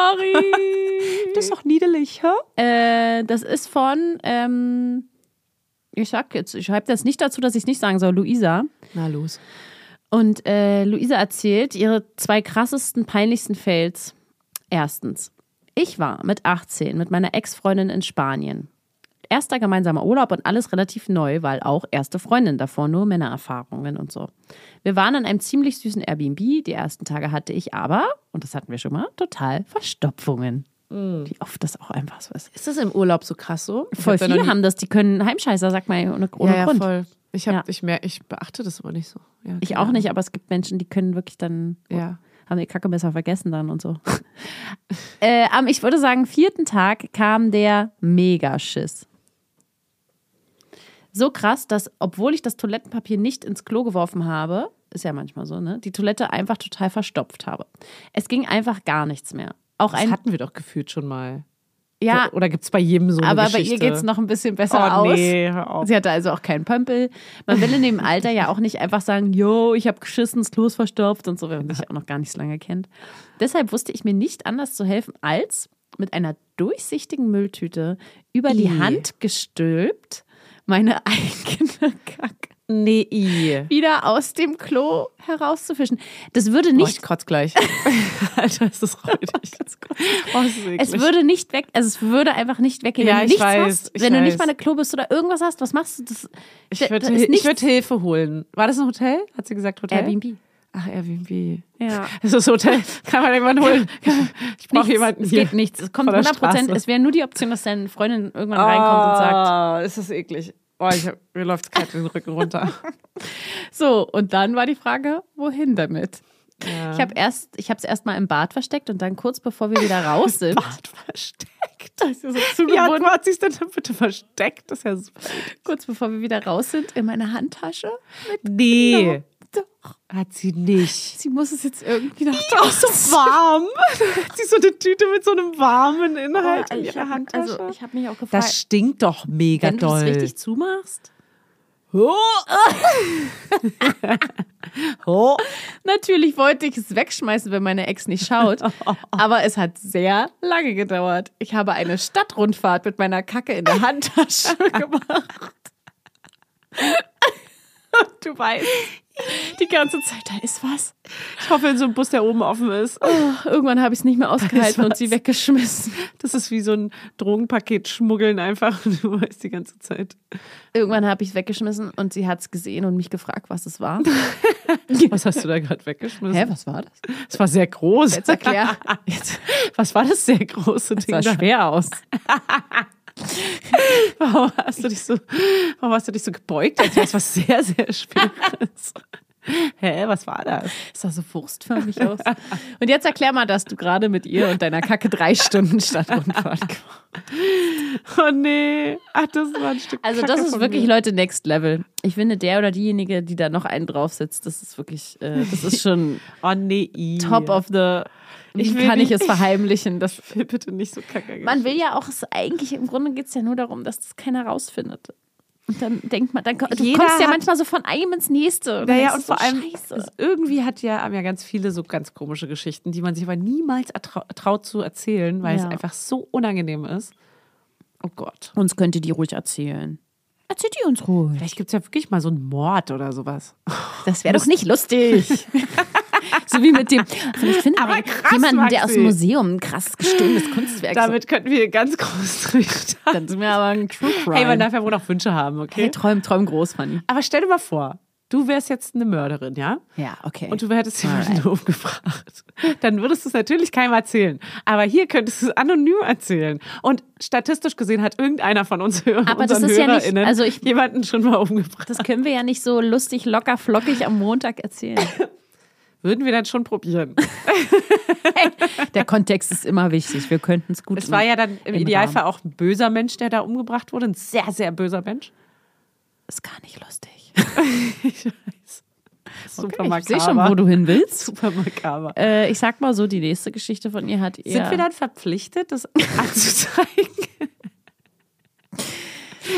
A: Sorry.
B: Das ist doch niedelig, ha?
A: Äh, das ist von, ähm, ich sag jetzt, ich schreibe das nicht dazu, dass ich es nicht sagen soll, Luisa.
B: Na los.
A: Und äh, Luisa erzählt ihre zwei krassesten, peinlichsten Fails. Erstens, ich war mit 18 mit meiner Ex-Freundin in Spanien. Erster gemeinsamer Urlaub und alles relativ neu, weil auch erste Freundin davor, nur Männererfahrungen und so. Wir waren in einem ziemlich süßen Airbnb. Die ersten Tage hatte ich aber, und das hatten wir schon mal, total Verstopfungen. Wie oft das auch einfach so ist.
B: Ist das im Urlaub so krass so? Ich
A: Voll
B: hab da noch
A: viele
B: nie-
A: haben das, die können Heimscheißer, sagt man, ohne, ohne
B: ja, ja,
A: Grund.
B: voll. Ich, hab,
A: Ja.
B: ich, mer ich beachte das aber nicht so. Ja,
A: Ich
B: keine
A: auch
B: Ahnung.
A: nicht, aber es gibt Menschen, die können wirklich dann
B: Ja.
A: haben ihr Kackemesser vergessen dann und so. äh, am, ich würde sagen, vierten Tag kam der Megaschiss. So krass, dass, obwohl ich das Toilettenpapier nicht ins Klo geworfen habe, ist ja manchmal so, ne? Die Toilette einfach total verstopft habe. Es ging einfach gar nichts mehr. Auch
B: Das
A: ein.
B: hatten wir doch gefühlt schon mal.
A: ja,
B: Oder gibt es bei jedem so eine
A: aber bei
B: Geschichte?
A: ihr geht es noch ein bisschen
B: oh,
A: besser aus.
B: Nee, hör auf.
A: Sie hatte also auch keinen Pömpel. Man will in dem Alter ja auch nicht einfach sagen, yo, ich habe geschissen, das Klo ist verstopft und so, wenn man sich auch noch gar nicht so lange kennt. Deshalb wusste ich mir nicht anders zu helfen, als mit einer durchsichtigen Mülltüte über die
B: Ih.
A: Hand gestülpt meine eigene Kacke
B: Nee, i.
A: wieder aus dem Klo herauszufischen. Das würde
B: Nicht. Oh, ich
A: nicht,
B: kotz gleich. Alter, ist das räudig. Oh, ist das
A: es
B: eklig.
A: würde nicht weg, also es würde einfach nicht weggehen.
B: Ja,
A: wenn du
B: ich
A: nichts
B: weiß,
A: hast,
B: ich
A: wenn du nicht
B: weiß.
A: mal eine Klo bist oder irgendwas hast, was machst du? Das,
B: ich
A: da-
B: würde
A: da ist
B: ich
A: nichts.
B: würd Hilfe holen. War das ein Hotel? Hat sie gesagt Hotel?
A: Airbnb.
B: Ach, Airbnb.
A: Ja.
B: Ist das Hotel? Kann man jemanden holen? Ich brauche
A: Nichts.
B: jemanden
A: es
B: hier.
A: geht nichts. Es kommt
B: von der
A: 100 Prozent.
B: Straße.
A: Es wäre nur die Option, dass deine Freundin irgendwann reinkommt und sagt.
B: Oh, ist das eklig. Oh, ich hab, mir läuft kalt den Rücken runter. Ah.
A: So, und dann war die Frage, wohin damit?
B: Ja.
A: Ich habe es erst, ich hab's erst mal im Bad versteckt und dann kurz bevor wir wieder raus sind,
B: Bart versteckt. versteckt.
A: Das ist so zugebunden.
B: Ja, wo hat sie es denn dann bitte versteckt? Das ist ja super.
A: Kurz bevor wir wieder raus sind, in meiner Handtasche.
B: Nee,
A: Doch,
B: hat sie nicht.
A: sie muss es jetzt irgendwie nach
B: Auch
A: draußen.
B: so warm. sie so eine Tüte mit so einem warmen Inhalt in
A: Oh, ich
B: ihrer
A: habe
B: Handtasche.
A: also, ich hab mich auch gefragt,
B: das stinkt doch mega
A: wenn du es
B: doll.
A: richtig zumachst.
B: oh. oh.
A: Natürlich wollte ich es wegschmeißen, wenn meine Ex nicht schaut. Aber es hat sehr lange gedauert. Ich habe eine Stadtrundfahrt mit meiner Kacke in der Handtasche gemacht. du weißt, die ganze Zeit, da ist was.
B: Ich hoffe, in so einem Bus, der oben offen ist.
A: Irgendwann habe ich es nicht mehr ausgehalten und
B: was.
A: sie weggeschmissen.
B: Das ist wie so ein Drogenpaket schmuggeln einfach. Du weißt die ganze Zeit.
A: Irgendwann habe ich es weggeschmissen und sie hat es gesehen und mich gefragt, was es war.
B: Was hast du da gerade weggeschmissen?
A: Hä, was war das?
B: Das war sehr groß.
A: Jetzt erklär. Jetzt.
B: Was war das sehr große Ding?
A: sah
B: da?
A: schwer aus.
B: Warum hast du dich so, warum hast du dich so gebeugt? als wär's was sehr, sehr Schweres. Hä, was war das?
A: Es sah so wurstförmig aus. Und jetzt erklär mal, dass du gerade mit ihr und deiner Kacke drei Stunden Stadtrundfahrt gemacht hast.
B: Oh nee. Ach, das war ein Stück
A: Also,
B: Kacke
A: das ist
B: von
A: wirklich,
B: mir.
A: Leute, Next Level. Ich finde, der oder diejenige, die da noch einen draufsetzt, das ist wirklich, äh, das ist schon
B: Oh nee. i.
A: top of the. Wie
B: Ich will
A: kann ich
B: nicht-
A: es verheimlichen? Das,
B: Ich will bitte nicht so kacke
A: man will ja auch, es eigentlich, im Grunde geht es ja nur darum, dass das keiner rausfindet. Und dann denkt man, dann, ko- du
B: Jeder
A: kommst ja
B: hat-
A: manchmal so von einem ins nächste. Und
B: Naja,
A: denkst
B: und
A: so,
B: vor allem,
A: Scheiße.
B: es- irgendwie hat ja, haben ja ganz viele so ganz komische Geschichten, die man sich aber niemals ertrau- traut zu erzählen, weil
A: Ja.
B: es einfach so unangenehm ist. Oh Gott.
A: Uns könnt ihr die ruhig erzählen. Erzählt ihr uns ruhig.
B: Vielleicht gibt es ja wirklich mal so einen Mord oder sowas.
A: Das wäre doch nicht lustig. so wie mit dem. Also ich finde
B: Aber
A: mal
B: krass,
A: jemanden, der aus dem
B: Maxi.
A: Museum ein krass gestohlenes Kunstwerk.
B: Damit könnten wir ganz groß
A: so.
B: drüber.
A: dann sind wir aber ein True Crime.
B: Hey, man darf ja wohl auch Wünsche haben, okay?
A: Hey, träum, träum groß, Fanny.
B: Aber stell dir mal vor, du wärst jetzt eine Mörderin, ja?
A: Ja, okay.
B: Und du hättest jemanden umgebracht. Dann würdest du es natürlich keinem erzählen. Aber hier könntest du es anonym erzählen. Und statistisch gesehen hat irgendeiner von uns Hör
A: Aber das
B: unseren
A: ist ja nicht-
B: HörerInnen
A: also ich-
B: jemanden schon mal umgebracht.
A: das können wir ja nicht so lustig, locker, flockig am Montag erzählen.
B: Würden wir dann schon probieren.
A: Der Kontext ist immer wichtig. Wir könnten es gut
B: Es war ja dann im,
A: Im
B: Idealfall auch ein böser Mensch, der da umgebracht wurde. Ein sehr, sehr böser Mensch.
A: Ist gar nicht lustig.
B: Ich weiß. Super
A: ich
B: makaber.
A: sehe schon, wo du hin willst.
B: Super makaber.
A: Äh, ich sag mal so, die nächste Geschichte von ihr hat ihr.
B: Sind wir dann verpflichtet, das anzuzeigen?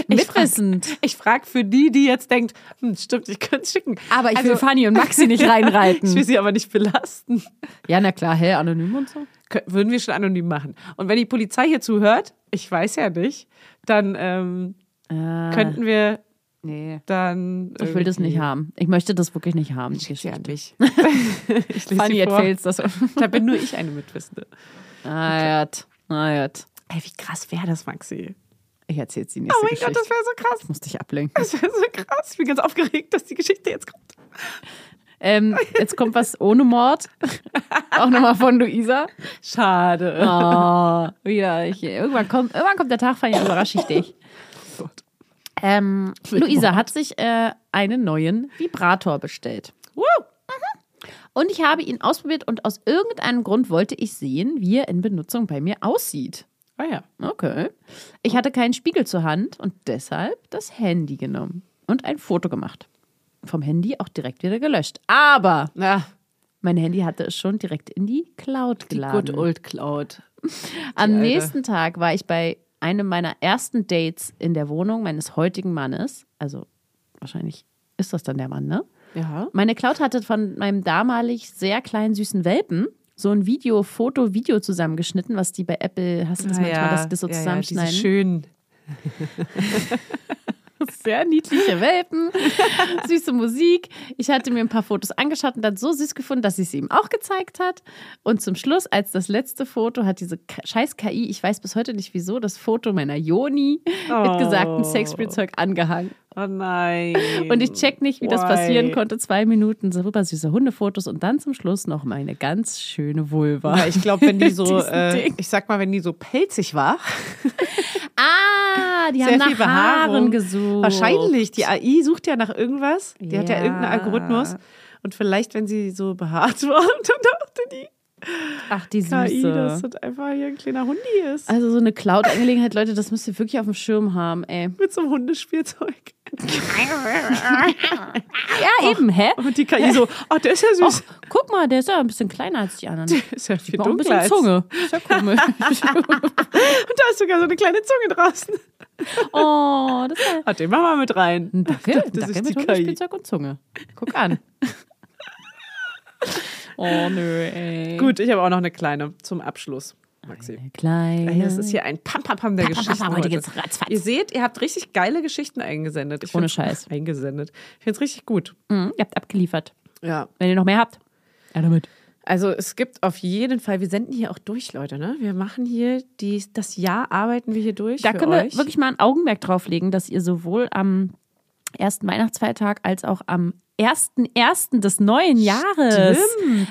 A: mitwissend?
B: Ich frage für die, die jetzt denkt, hm, stimmt, ich könnte es schicken.
A: Aber ich will
B: Also-
A: Fanny und Maxi nicht
B: Ich will
A: reinreiten.
B: sie aber nicht belasten.
A: Ja, na klar, hell, anonym und so.
B: Kö- Würden wir schon anonym machen. Und wenn die Polizei hier zuhört, ich weiß ja nicht, dann ähm, könnten wir
A: Nee.
B: dann.
A: Ah. Ich will das nicht haben. Ich möchte das wirklich nicht haben. Die
B: Ich an
A: Geschichte.
B: mich. ich lese
A: Fanny
B: sie vor.
A: erzählst das.
B: Da bin nur ich eine Mitwissende.
A: Ayat. Ayat.
B: Ey, wie krass wäre das, Maxi?
A: Ich erzähl's die
B: Oh
A: nächste
B: mein
A: Geschichte.
B: Gott, das wäre so krass.
A: muss dich ablenken.
B: Das wäre so krass. Ich bin ganz aufgeregt, dass die Geschichte jetzt kommt.
A: ähm, jetzt kommt was ohne Mord. Auch nochmal von Luisa.
B: Schade.
A: Oh, wieder. Ich, irgendwann, kommt, irgendwann kommt der Tag, Fanny, dann überrasche ich dich.
B: Gott.
A: Ähm, Luisa hat sich äh, einen neuen Vibrator bestellt.
B: Woo!
A: Und ich habe ihn ausprobiert und aus irgendeinem Grund wollte ich sehen, wie er in Benutzung bei mir aussieht.
B: Ah ja.
A: Okay. Ich hatte keinen Spiegel zur Hand und deshalb das Handy genommen und ein Foto gemacht. Vom Handy auch direkt wieder gelöscht. Aber
B: Na,
A: mein Handy hatte es schon direkt in die Cloud geladen.
B: good old Cloud.
A: Am
B: alte.
A: nächsten Tag war ich bei einem meiner ersten Dates in der Wohnung meines heutigen Mannes. Also wahrscheinlich ist das dann der Mann, ne?
B: Ja.
A: Meine Cloud hatte von meinem damalig sehr kleinen süßen Welpen so ein Video, Foto, Video zusammengeschnitten, was die bei Apple, hast du
B: Ah
A: das manchmal, dass die das so zusammenschneiden?
B: schön.
A: sehr niedliche Welpen, süße Musik. Ich hatte mir ein paar Fotos angeschaut und dann so süß gefunden, dass sie es ihm auch gezeigt hat. Und zum Schluss, als das letzte Foto, hat diese K- scheiß KI, ich weiß bis heute nicht wieso, das Foto meiner Joni
B: Oh.
A: mit gesagtem Sexspielzeug angehangen.
B: Oh nein.
A: Und ich check nicht, wie das
B: Why?
A: passieren konnte. Zwei Minuten super süße Hundefotos und dann zum Schluss noch meine ganz schöne Vulva.
B: Ja, ich glaube, wenn die so,
A: Diesen
B: äh,
A: Ding.
B: ich sag mal, wenn die so pelzig war,
A: Ah, die
B: sehr viel
A: haben nach
B: Behaarung.
A: Haaren gesucht.
B: Wahrscheinlich. Die AI sucht ja nach irgendwas. Die hat ja
A: Oh, Ja.
B: irgendeinen Algorithmus. Und vielleicht, wenn sie so behaart war, dann dachte die,
A: Ach, die Süße.
B: KI, dass das einfach hier ein kleiner Hundi ist.
A: Also so eine Cloud-Angelegenheit, Leute, das müsst ihr wirklich auf dem Schirm haben, ey.
B: Mit so einem Hundespielzeug.
A: Ja, eben, hä?
B: Und die KI so, ach, der ist ja
A: Och,
B: süß.
A: guck mal, der ist ja ein bisschen kleiner als Oh. die anderen.
B: Der ist ja viel
A: Braucht ein
B: dunkler
A: bisschen
B: als-
A: Zunge. Ist ja komisch.
B: Und da ist sogar so eine kleine Zunge draußen.
A: oh, das war
B: Hat den Mama mit rein.
A: ein Dackel.
B: Das
A: Ein
B: ist
A: Dackel
B: die
A: mit
B: KI.
A: Hundespielzeug und Zunge. Guck an. oh, nö, ey.
B: Gut, ich habe auch noch eine kleine zum Abschluss, Maxi.
A: Eine Kleine.
B: Das Ah ist hier ein Pam-Pam-Pam der
A: Mhm. Pam, pam,
B: Geschichten.
A: pam,
B: heute.
A: heute geht's ratzfatz.
B: Ihr seht, ihr habt richtig geile Geschichten eingesendet. Ich
A: Ohne
B: find's-
A: Scheiß.
B: Eingesendet. Ich finde es richtig gut.
A: Mhm, ihr habt abgeliefert.
B: Ja.
A: Wenn ihr noch mehr habt. Ja, damit.
B: Also es gibt auf jeden Fall, wir senden hier auch durch, Leute. Ne? Wir machen hier die, das Jahr, arbeiten wir hier durch.
A: Da
B: für
A: können wir
B: euch.
A: wirklich mal ein Augenmerk drauf legen, dass ihr sowohl am ersten Weihnachtsfeiertag als auch am ersten ersten des neuen Jahres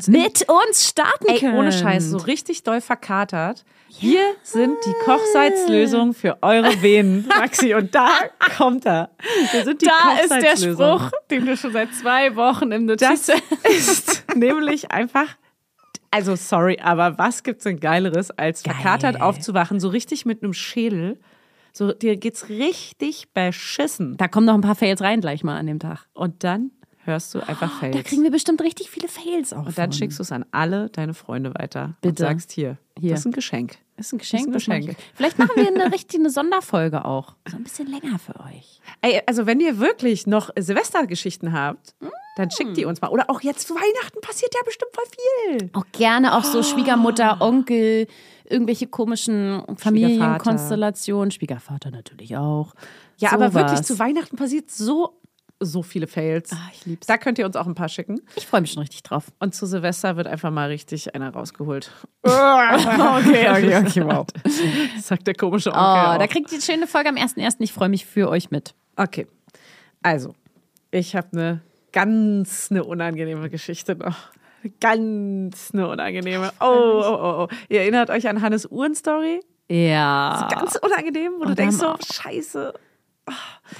A: mit uns starten
B: Ey,
A: könnt.
B: ohne Scheiß, so richtig doll verkatert. Hier sind die Kochsalzlösung für eure Venen, Maxi. Und da kommt er. Wir sind die
A: da ist der
B: Kochsalzlösung.
A: Spruch, den wir schon seit zwei Wochen im
B: Das
A: Notiz
B: ist nämlich einfach. Also, sorry, aber was gibt's denn Geileres, als verkatert aufzuwachen, so richtig mit einem Schädel? So, dir geht's richtig beschissen.
A: Da kommen noch ein paar Fails rein gleich mal an dem Tag.
B: Und dann hörst du einfach
A: Oh, Da
B: Fails.
A: kriegen wir bestimmt richtig viele Fails auch.
B: Und dann
A: von.
B: schickst du es an alle deine Freunde weiter und
A: Bitte.
B: sagst hier,
A: Hier.
B: das ist ein Geschenk.
A: Das ist ein Geschenk.
B: Das ist ein Geschenk.
A: das mach ich. Vielleicht machen wir eine richtige Sonderfolge auch. So ein bisschen länger für euch.
B: Ey, also wenn ihr wirklich noch Silvestergeschichten habt, dann schickt die uns mal. Oder auch jetzt zu Weihnachten passiert ja bestimmt voll viel.
A: Auch gerne auch so Schwiegermutter, Onkel, irgendwelche komischen Familienkonstellationen. Schwiegervater natürlich auch.
B: Ja, aber wirklich
A: Sowas.
B: zu Weihnachten passiert so, so viele Fails.
A: Ah, ich lieb's.
B: Da könnt ihr uns auch ein paar schicken.
A: Ich freue mich schon richtig drauf.
B: Und zu Silvester wird einfach mal richtig einer rausgeholt. genau.
A: okay, okay, okay, wow.
B: Sagt der komische Onkel.
A: Oh,
B: auch.
A: da kriegt ihr eine schöne Folge am 1.1. Ich freue mich für euch mit.
B: okay. Also, ich habe eine ganz eine unangenehme Geschichte noch. Ganz eine unangenehme. Oh, oh, oh, oh. Ihr erinnert euch an Hannes Uhrenstory?
A: Ja.
B: Ganz unangenehm, wo du
A: da
B: denkst so,
A: Ah. haben
B: scheiße.
A: Da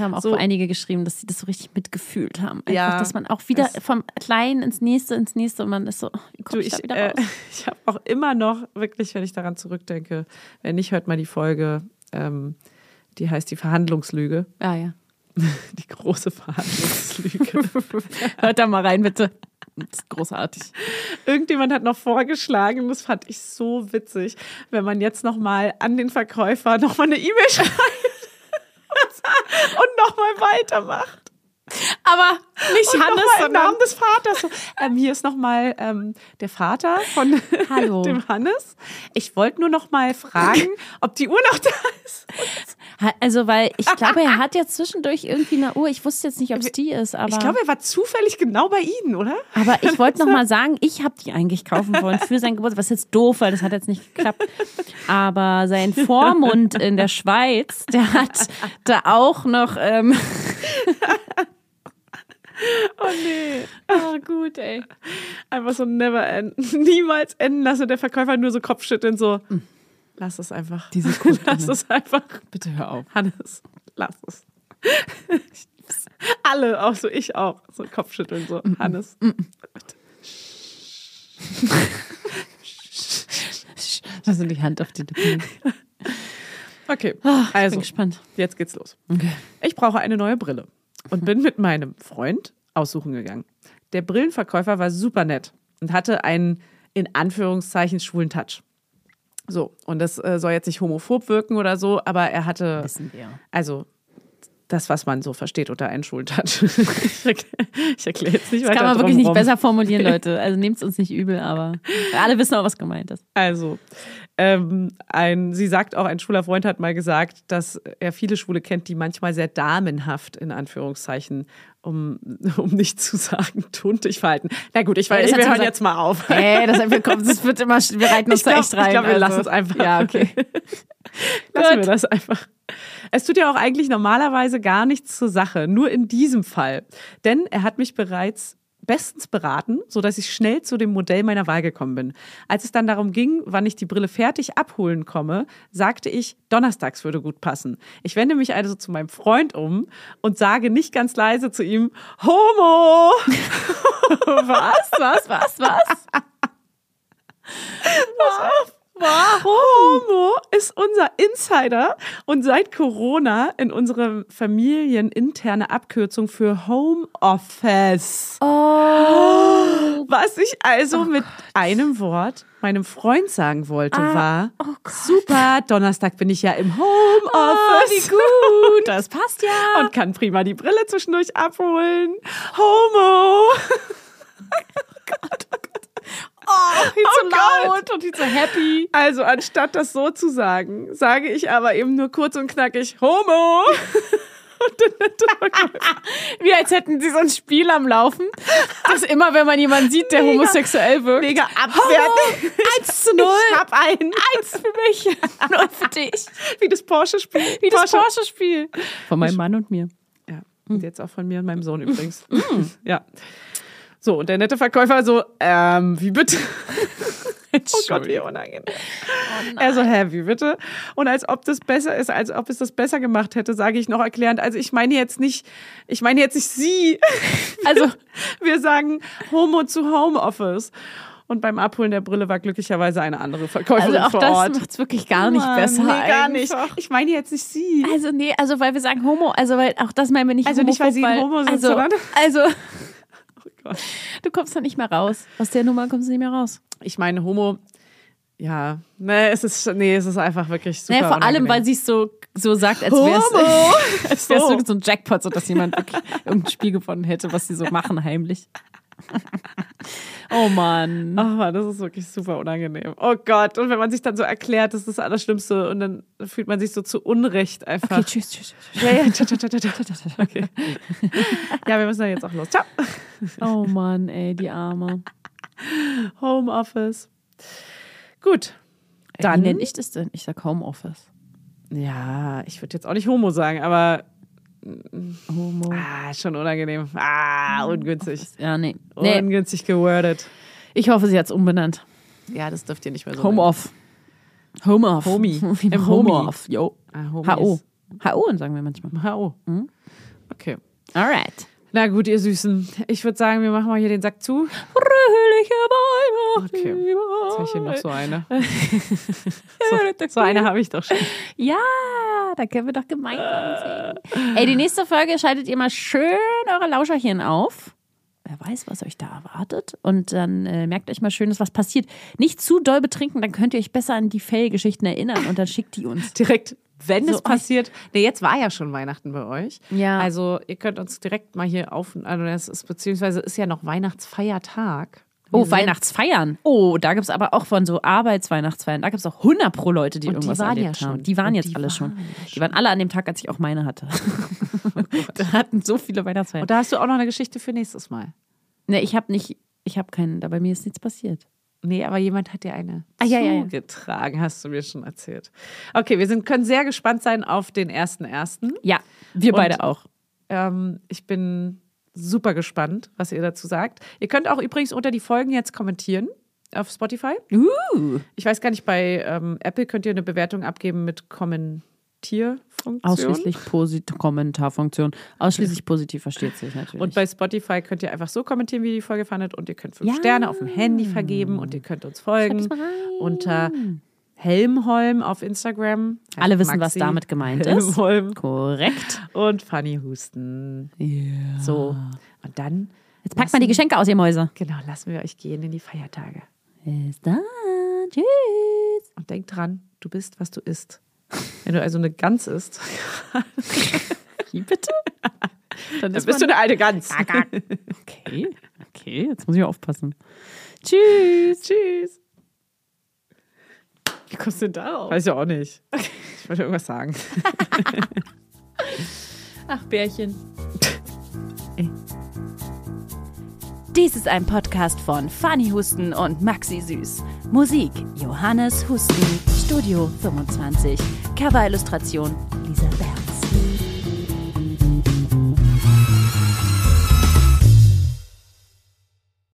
A: haben auch
B: So.
A: einige geschrieben, dass sie das so richtig mitgefühlt haben. Einfach,
B: Ja.
A: dass man auch wieder
B: Es-
A: vom Kleinen ins Nächste, ins Nächste und man ist so, oh,
B: Du,
A: wie komm ich, da
B: ich
A: wieder
B: äh,
A: raus?
B: ich habe auch immer noch, wirklich, wenn ich daran zurückdenke, wenn nicht, hört mal die Folge, ähm, die heißt die Verhandlungslüge.
A: Ja, ja.
B: Die große Verhandlungslüge.
A: Hört da mal rein, bitte. Das ist großartig.
B: Irgendjemand hat noch vorgeschlagen, das fand ich so witzig, wenn man jetzt nochmal an den Verkäufer nochmal eine E-Mail schreibt und nochmal weitermacht.
A: Aber nicht
B: Und noch
A: Hannes,
B: mal im
A: sondern
B: Namen des Vaters. So, ähm, hier ist nochmal ähm, der Vater von
A: Hallo.
B: dem Hannes. Ich wollte nur nochmal fragen, ob die Uhr noch da ist.
A: Ha- Also, weil ich glaube, er hat ja zwischendurch irgendwie eine Uhr. Ich wusste jetzt nicht, ob es die ist, aber
B: Ich glaube, er war zufällig genau bei Ihnen, oder?
A: aber ich wollte noch mal sagen, ich habe die eigentlich kaufen wollen für sein Geburtstag, was jetzt doof, weil das hat jetzt nicht geklappt. Aber sein Vormund in der Schweiz, der hat da auch noch ähm,
B: Oh nee.
A: oh, gut, ey.
B: Einfach so never end. Niemals enden lassen und der Verkäufer nur so Kopfschütteln, so. Lass es einfach.
A: Diese Kuh,
B: Lass
A: Hm. Hannes.
B: es einfach.
A: Bitte hör auf.
B: Hannes, lass es. Alle, auch so ich auch. So Kopfschütteln, so.
A: Mm,
B: Hannes.
A: Also die Hand auf die Lippen.
B: Okay,
A: Ah, Ich bin
B: also,
A: gespannt.
B: jetzt geht's los.
A: Okay.
B: Ich brauche eine neue Brille und bin mit meinem Freund aussuchen gegangen. Der Brillenverkäufer war super nett und hatte einen in Anführungszeichen schwulen Touch. So, und das äh, soll jetzt nicht homophob wirken oder so, aber er hatte.
A: Wissen wir.
B: Also das, was man so versteht unter einen Schultatsch. ich erkläre erklär jetzt nicht
A: Das
B: weiter.
A: kann man
B: drum
A: wirklich nicht
B: rum.
A: besser formulieren, Leute. Also nehmt es uns nicht übel, aber alle wissen auch, was gemeint ist.
B: Also, ähm, ein, sie sagt auch, ein schwuler Freund hat mal gesagt, dass er viele Schwule kennt, die manchmal sehr damenhaft, in Anführungszeichen, um, um nicht zu sagen, tuntig verhalten. Na gut, ich,
A: Ja,
B: weiß,
A: das hat
B: wir
A: sie
B: hören
A: gesagt.
B: jetzt mal auf.
A: Hey, das, wir kommen, das wird immer, wir reiten uns
B: Ich
A: da
B: glaub-
A: echt rein.
B: ich glaub, wir
A: also.
B: lassen es einfach.
A: Ja, okay.
B: Lassen
A: Gut.
B: wir das einfach. Es tut ja auch eigentlich normalerweise gar nichts zur Sache, nur in diesem Fall. Denn er hat mich bereits bestens beraten, sodass ich schnell zu dem Modell meiner Wahl gekommen bin. Als es dann darum ging, wann ich die Brille fertig abholen komme, sagte ich, donnerstags würde gut passen. Ich wende mich also zu meinem Freund um und sage nicht ganz leise zu ihm, Homo!
A: Was, was, was, was?
B: Momo ist unser Insider und seit Corona in unserer familieninterne Abkürzung für Homeoffice.
A: Oh.
B: Was ich also mit einem Wort meinem Freund sagen wollte, war
A: oh,
B: super, Donnerstag bin ich ja im Homeoffice.
A: gut. Das passt ja.
B: Ah, und kann prima die Brille zwischendurch abholen. Homo!
A: oh, viel
B: Oh
A: zu laut
B: Gott.
A: und viel zu happy.
B: Also anstatt das so zu sagen, sage ich aber eben nur kurz und knackig Homo.
A: Wie als hätten sie so ein Spiel am Laufen, dass immer, wenn man jemanden sieht, der
B: Mega.
A: homosexuell wirkt.
B: Mega
A: Homo,
B: abwertend.
A: 1 zu 0.
B: Ich hab einen.
A: Eins für mich. Null für dich.
B: Wie das Porsche-Spiel.
A: Wie das Porsche-Spiel. Oh Von meinem Mann und mir.
B: Ja. Und jetzt auch von mir und meinem Sohn übrigens.
A: Mm.
B: ja. So, und der nette Verkäufer so, ähm, wie bitte? Oh Gott, wie unangenehm.
A: Oh
B: er so, hä, wie bitte? Und als ob das besser ist, als ob es das besser gemacht hätte, sage ich noch erklärend. Also ich meine jetzt nicht, ich meine jetzt nicht sie.
A: Also,
B: Wir sagen Homo zu Homeoffice. Und beim Abholen der Brille war glücklicherweise eine andere Verkäuferin
A: also auch
B: vor
A: das
B: Ort.
A: macht es wirklich gar nicht
B: Mann,
A: besser.
B: nee, gar nicht.
A: einfach.
B: Ich meine jetzt nicht sie.
A: Also nee, also weil wir sagen Homo, also weil auch das meinen wir nicht
B: Also nicht, weil sie ein
A: homophob,
B: Homo sind,
A: also,
B: sondern-
A: Also, Oh
B: Gott.
A: du kommst da nicht mehr raus. Aus der Nummer kommst du nicht mehr raus.
B: Ich meine Homo. Ja, nee, es ist nee, es ist einfach wirklich super.
A: Naja, vor allem, weil sie es so, so sagt, als wäre
B: Homo!
A: es als wär's
B: So.
A: so. so ein Jackpot, so dass jemand wirklich irgendein Spiel gewonnen hätte, was sie so machen heimlich. oh Mann.
B: Ach man, das ist wirklich super unangenehm. Oh Gott, und wenn man sich dann so erklärt, das ist das Allerschlimmste und dann fühlt man sich so zu Unrecht einfach.
A: Okay, tschüss, tschüss, tschüss.
B: Ja, ja, tschau, tschau, tschau, tschau, tschau. Okay. ja, wir müssen dann jetzt auch los. Ciao.
A: Oh Mann, ey, die Arme.
B: Homeoffice. Äh, Gut. Dann-
A: Wie nenne ich das denn? Ich sag Homeoffice.
B: Ja, ich würde jetzt auch nicht Homo sagen, aber
A: Homo.
B: ah, schon unangenehm. Ah, ungünstig.
A: Ja, nee. nee.
B: Ungünstig gewordet.
A: Ich hoffe, sie hat es umbenannt.
B: Ja, das dürft ihr nicht mehr so
A: Home off. Home off.
B: Homie. Im
A: Im Home
B: Homie.
A: off. Yo.
B: nennen. Ah, Hm?
A: HO.
B: Homies.
A: HO sagen wir manchmal.
B: HO. Okay.
A: Alright.
B: Na gut, ihr Süßen. Ich würde sagen, wir machen mal hier den Sack zu.
A: Fröhliche Weihnachten.
B: Okay. Jetzt hab ich hier noch so eine. so, so eine habe ich doch schon.
A: Ja, da können wir doch gemeinsam singen. Ey, die nächste Folge schaltet ihr mal schön eure Lauscherchen auf. Wer weiß, was euch da erwartet. Und dann äh, merkt euch mal schön, dass was passiert. Nicht zu doll betrinken, dann könnt ihr euch besser an die Fail-Geschichten erinnern und dann schickt die uns.
B: Direkt, wenn
A: So,
B: es passiert. Nee, jetzt war ja schon Weihnachten bei euch.
A: Ja.
B: Also ihr könnt uns direkt mal hier auf, also das ist, beziehungsweise ist ja noch Weihnachtsfeiertag.
A: Oh, Weihnachtsfeiern. Oh, da gibt es aber auch von so Arbeitsweihnachtsfeiern. Da gibt es auch 100 pro Leute, die
B: Und die
A: irgendwas
B: waren ja
A: erlebt
B: schon.
A: haben. Die waren
B: Und
A: jetzt
B: die
A: alle schon.
B: waren ja
A: Die waren alle an dem Tag, als ich auch meine hatte. da hatten so viele Weihnachtsfeiern.
B: Und da hast du auch noch eine Geschichte für nächstes Mal.
A: Ne, ich habe nicht, ich habe keinen, da bei mir ist nichts passiert.
B: Nee, aber jemand hat dir eine
A: Ah, ja, ja, ja.
B: zugetragen, hast du mir schon erzählt. Okay, wir sind, können sehr gespannt sein auf den ersten ersten.
A: Ja, wir
B: Und-
A: beide auch.
B: Ähm, ich bin super gespannt, was ihr dazu sagt. Ihr könnt auch übrigens unter die Folgen jetzt kommentieren auf Spotify.
A: Uh,
B: Ich weiß gar nicht, bei ähm, Apple könnt ihr eine Bewertung abgeben mit Kommentierfunktion.
A: ausschließlich Genau. positiv, Kommentarfunktion. Ausschließlich positiv versteht sich natürlich.
B: Und bei Spotify könnt ihr einfach so kommentieren, wie ihr die Folge fandet. Und ihr könnt fünf
A: Ja.
B: Sterne auf dem Handy vergeben und ihr könnt uns folgen
A: Schreibt's mal rein.
B: unter Helmholm auf Instagram.
A: Alle wissen, was damit gemeint ist.
B: Helmholm
A: Korrekt.
B: und Fanny Husten. So. Und dann,
A: Jetzt packt mal die Geschenke aus, ihr Mäuse.
B: genau, lassen wir euch gehen in die Feiertage.
A: Bis dann. Tschüss.
B: Und denk dran, du bist, was du isst. Wenn du also eine Gans isst,
A: Wie bitte? Dann
B: dann
A: ist
B: bist du eine alte Gans.
A: Okay, okay, jetzt muss ich aufpassen. Tschüss.
B: Tschüss.
A: Wie kommst du denn darauf?
B: Weiß ja auch nicht. Ich wollte irgendwas sagen.
A: Ach, Bärchen. Dies ist ein Podcast von Fanny Husten und Maxi Süß. Musik Johannes Husten, Studio 25. Cover-Illustration Lisa Bell.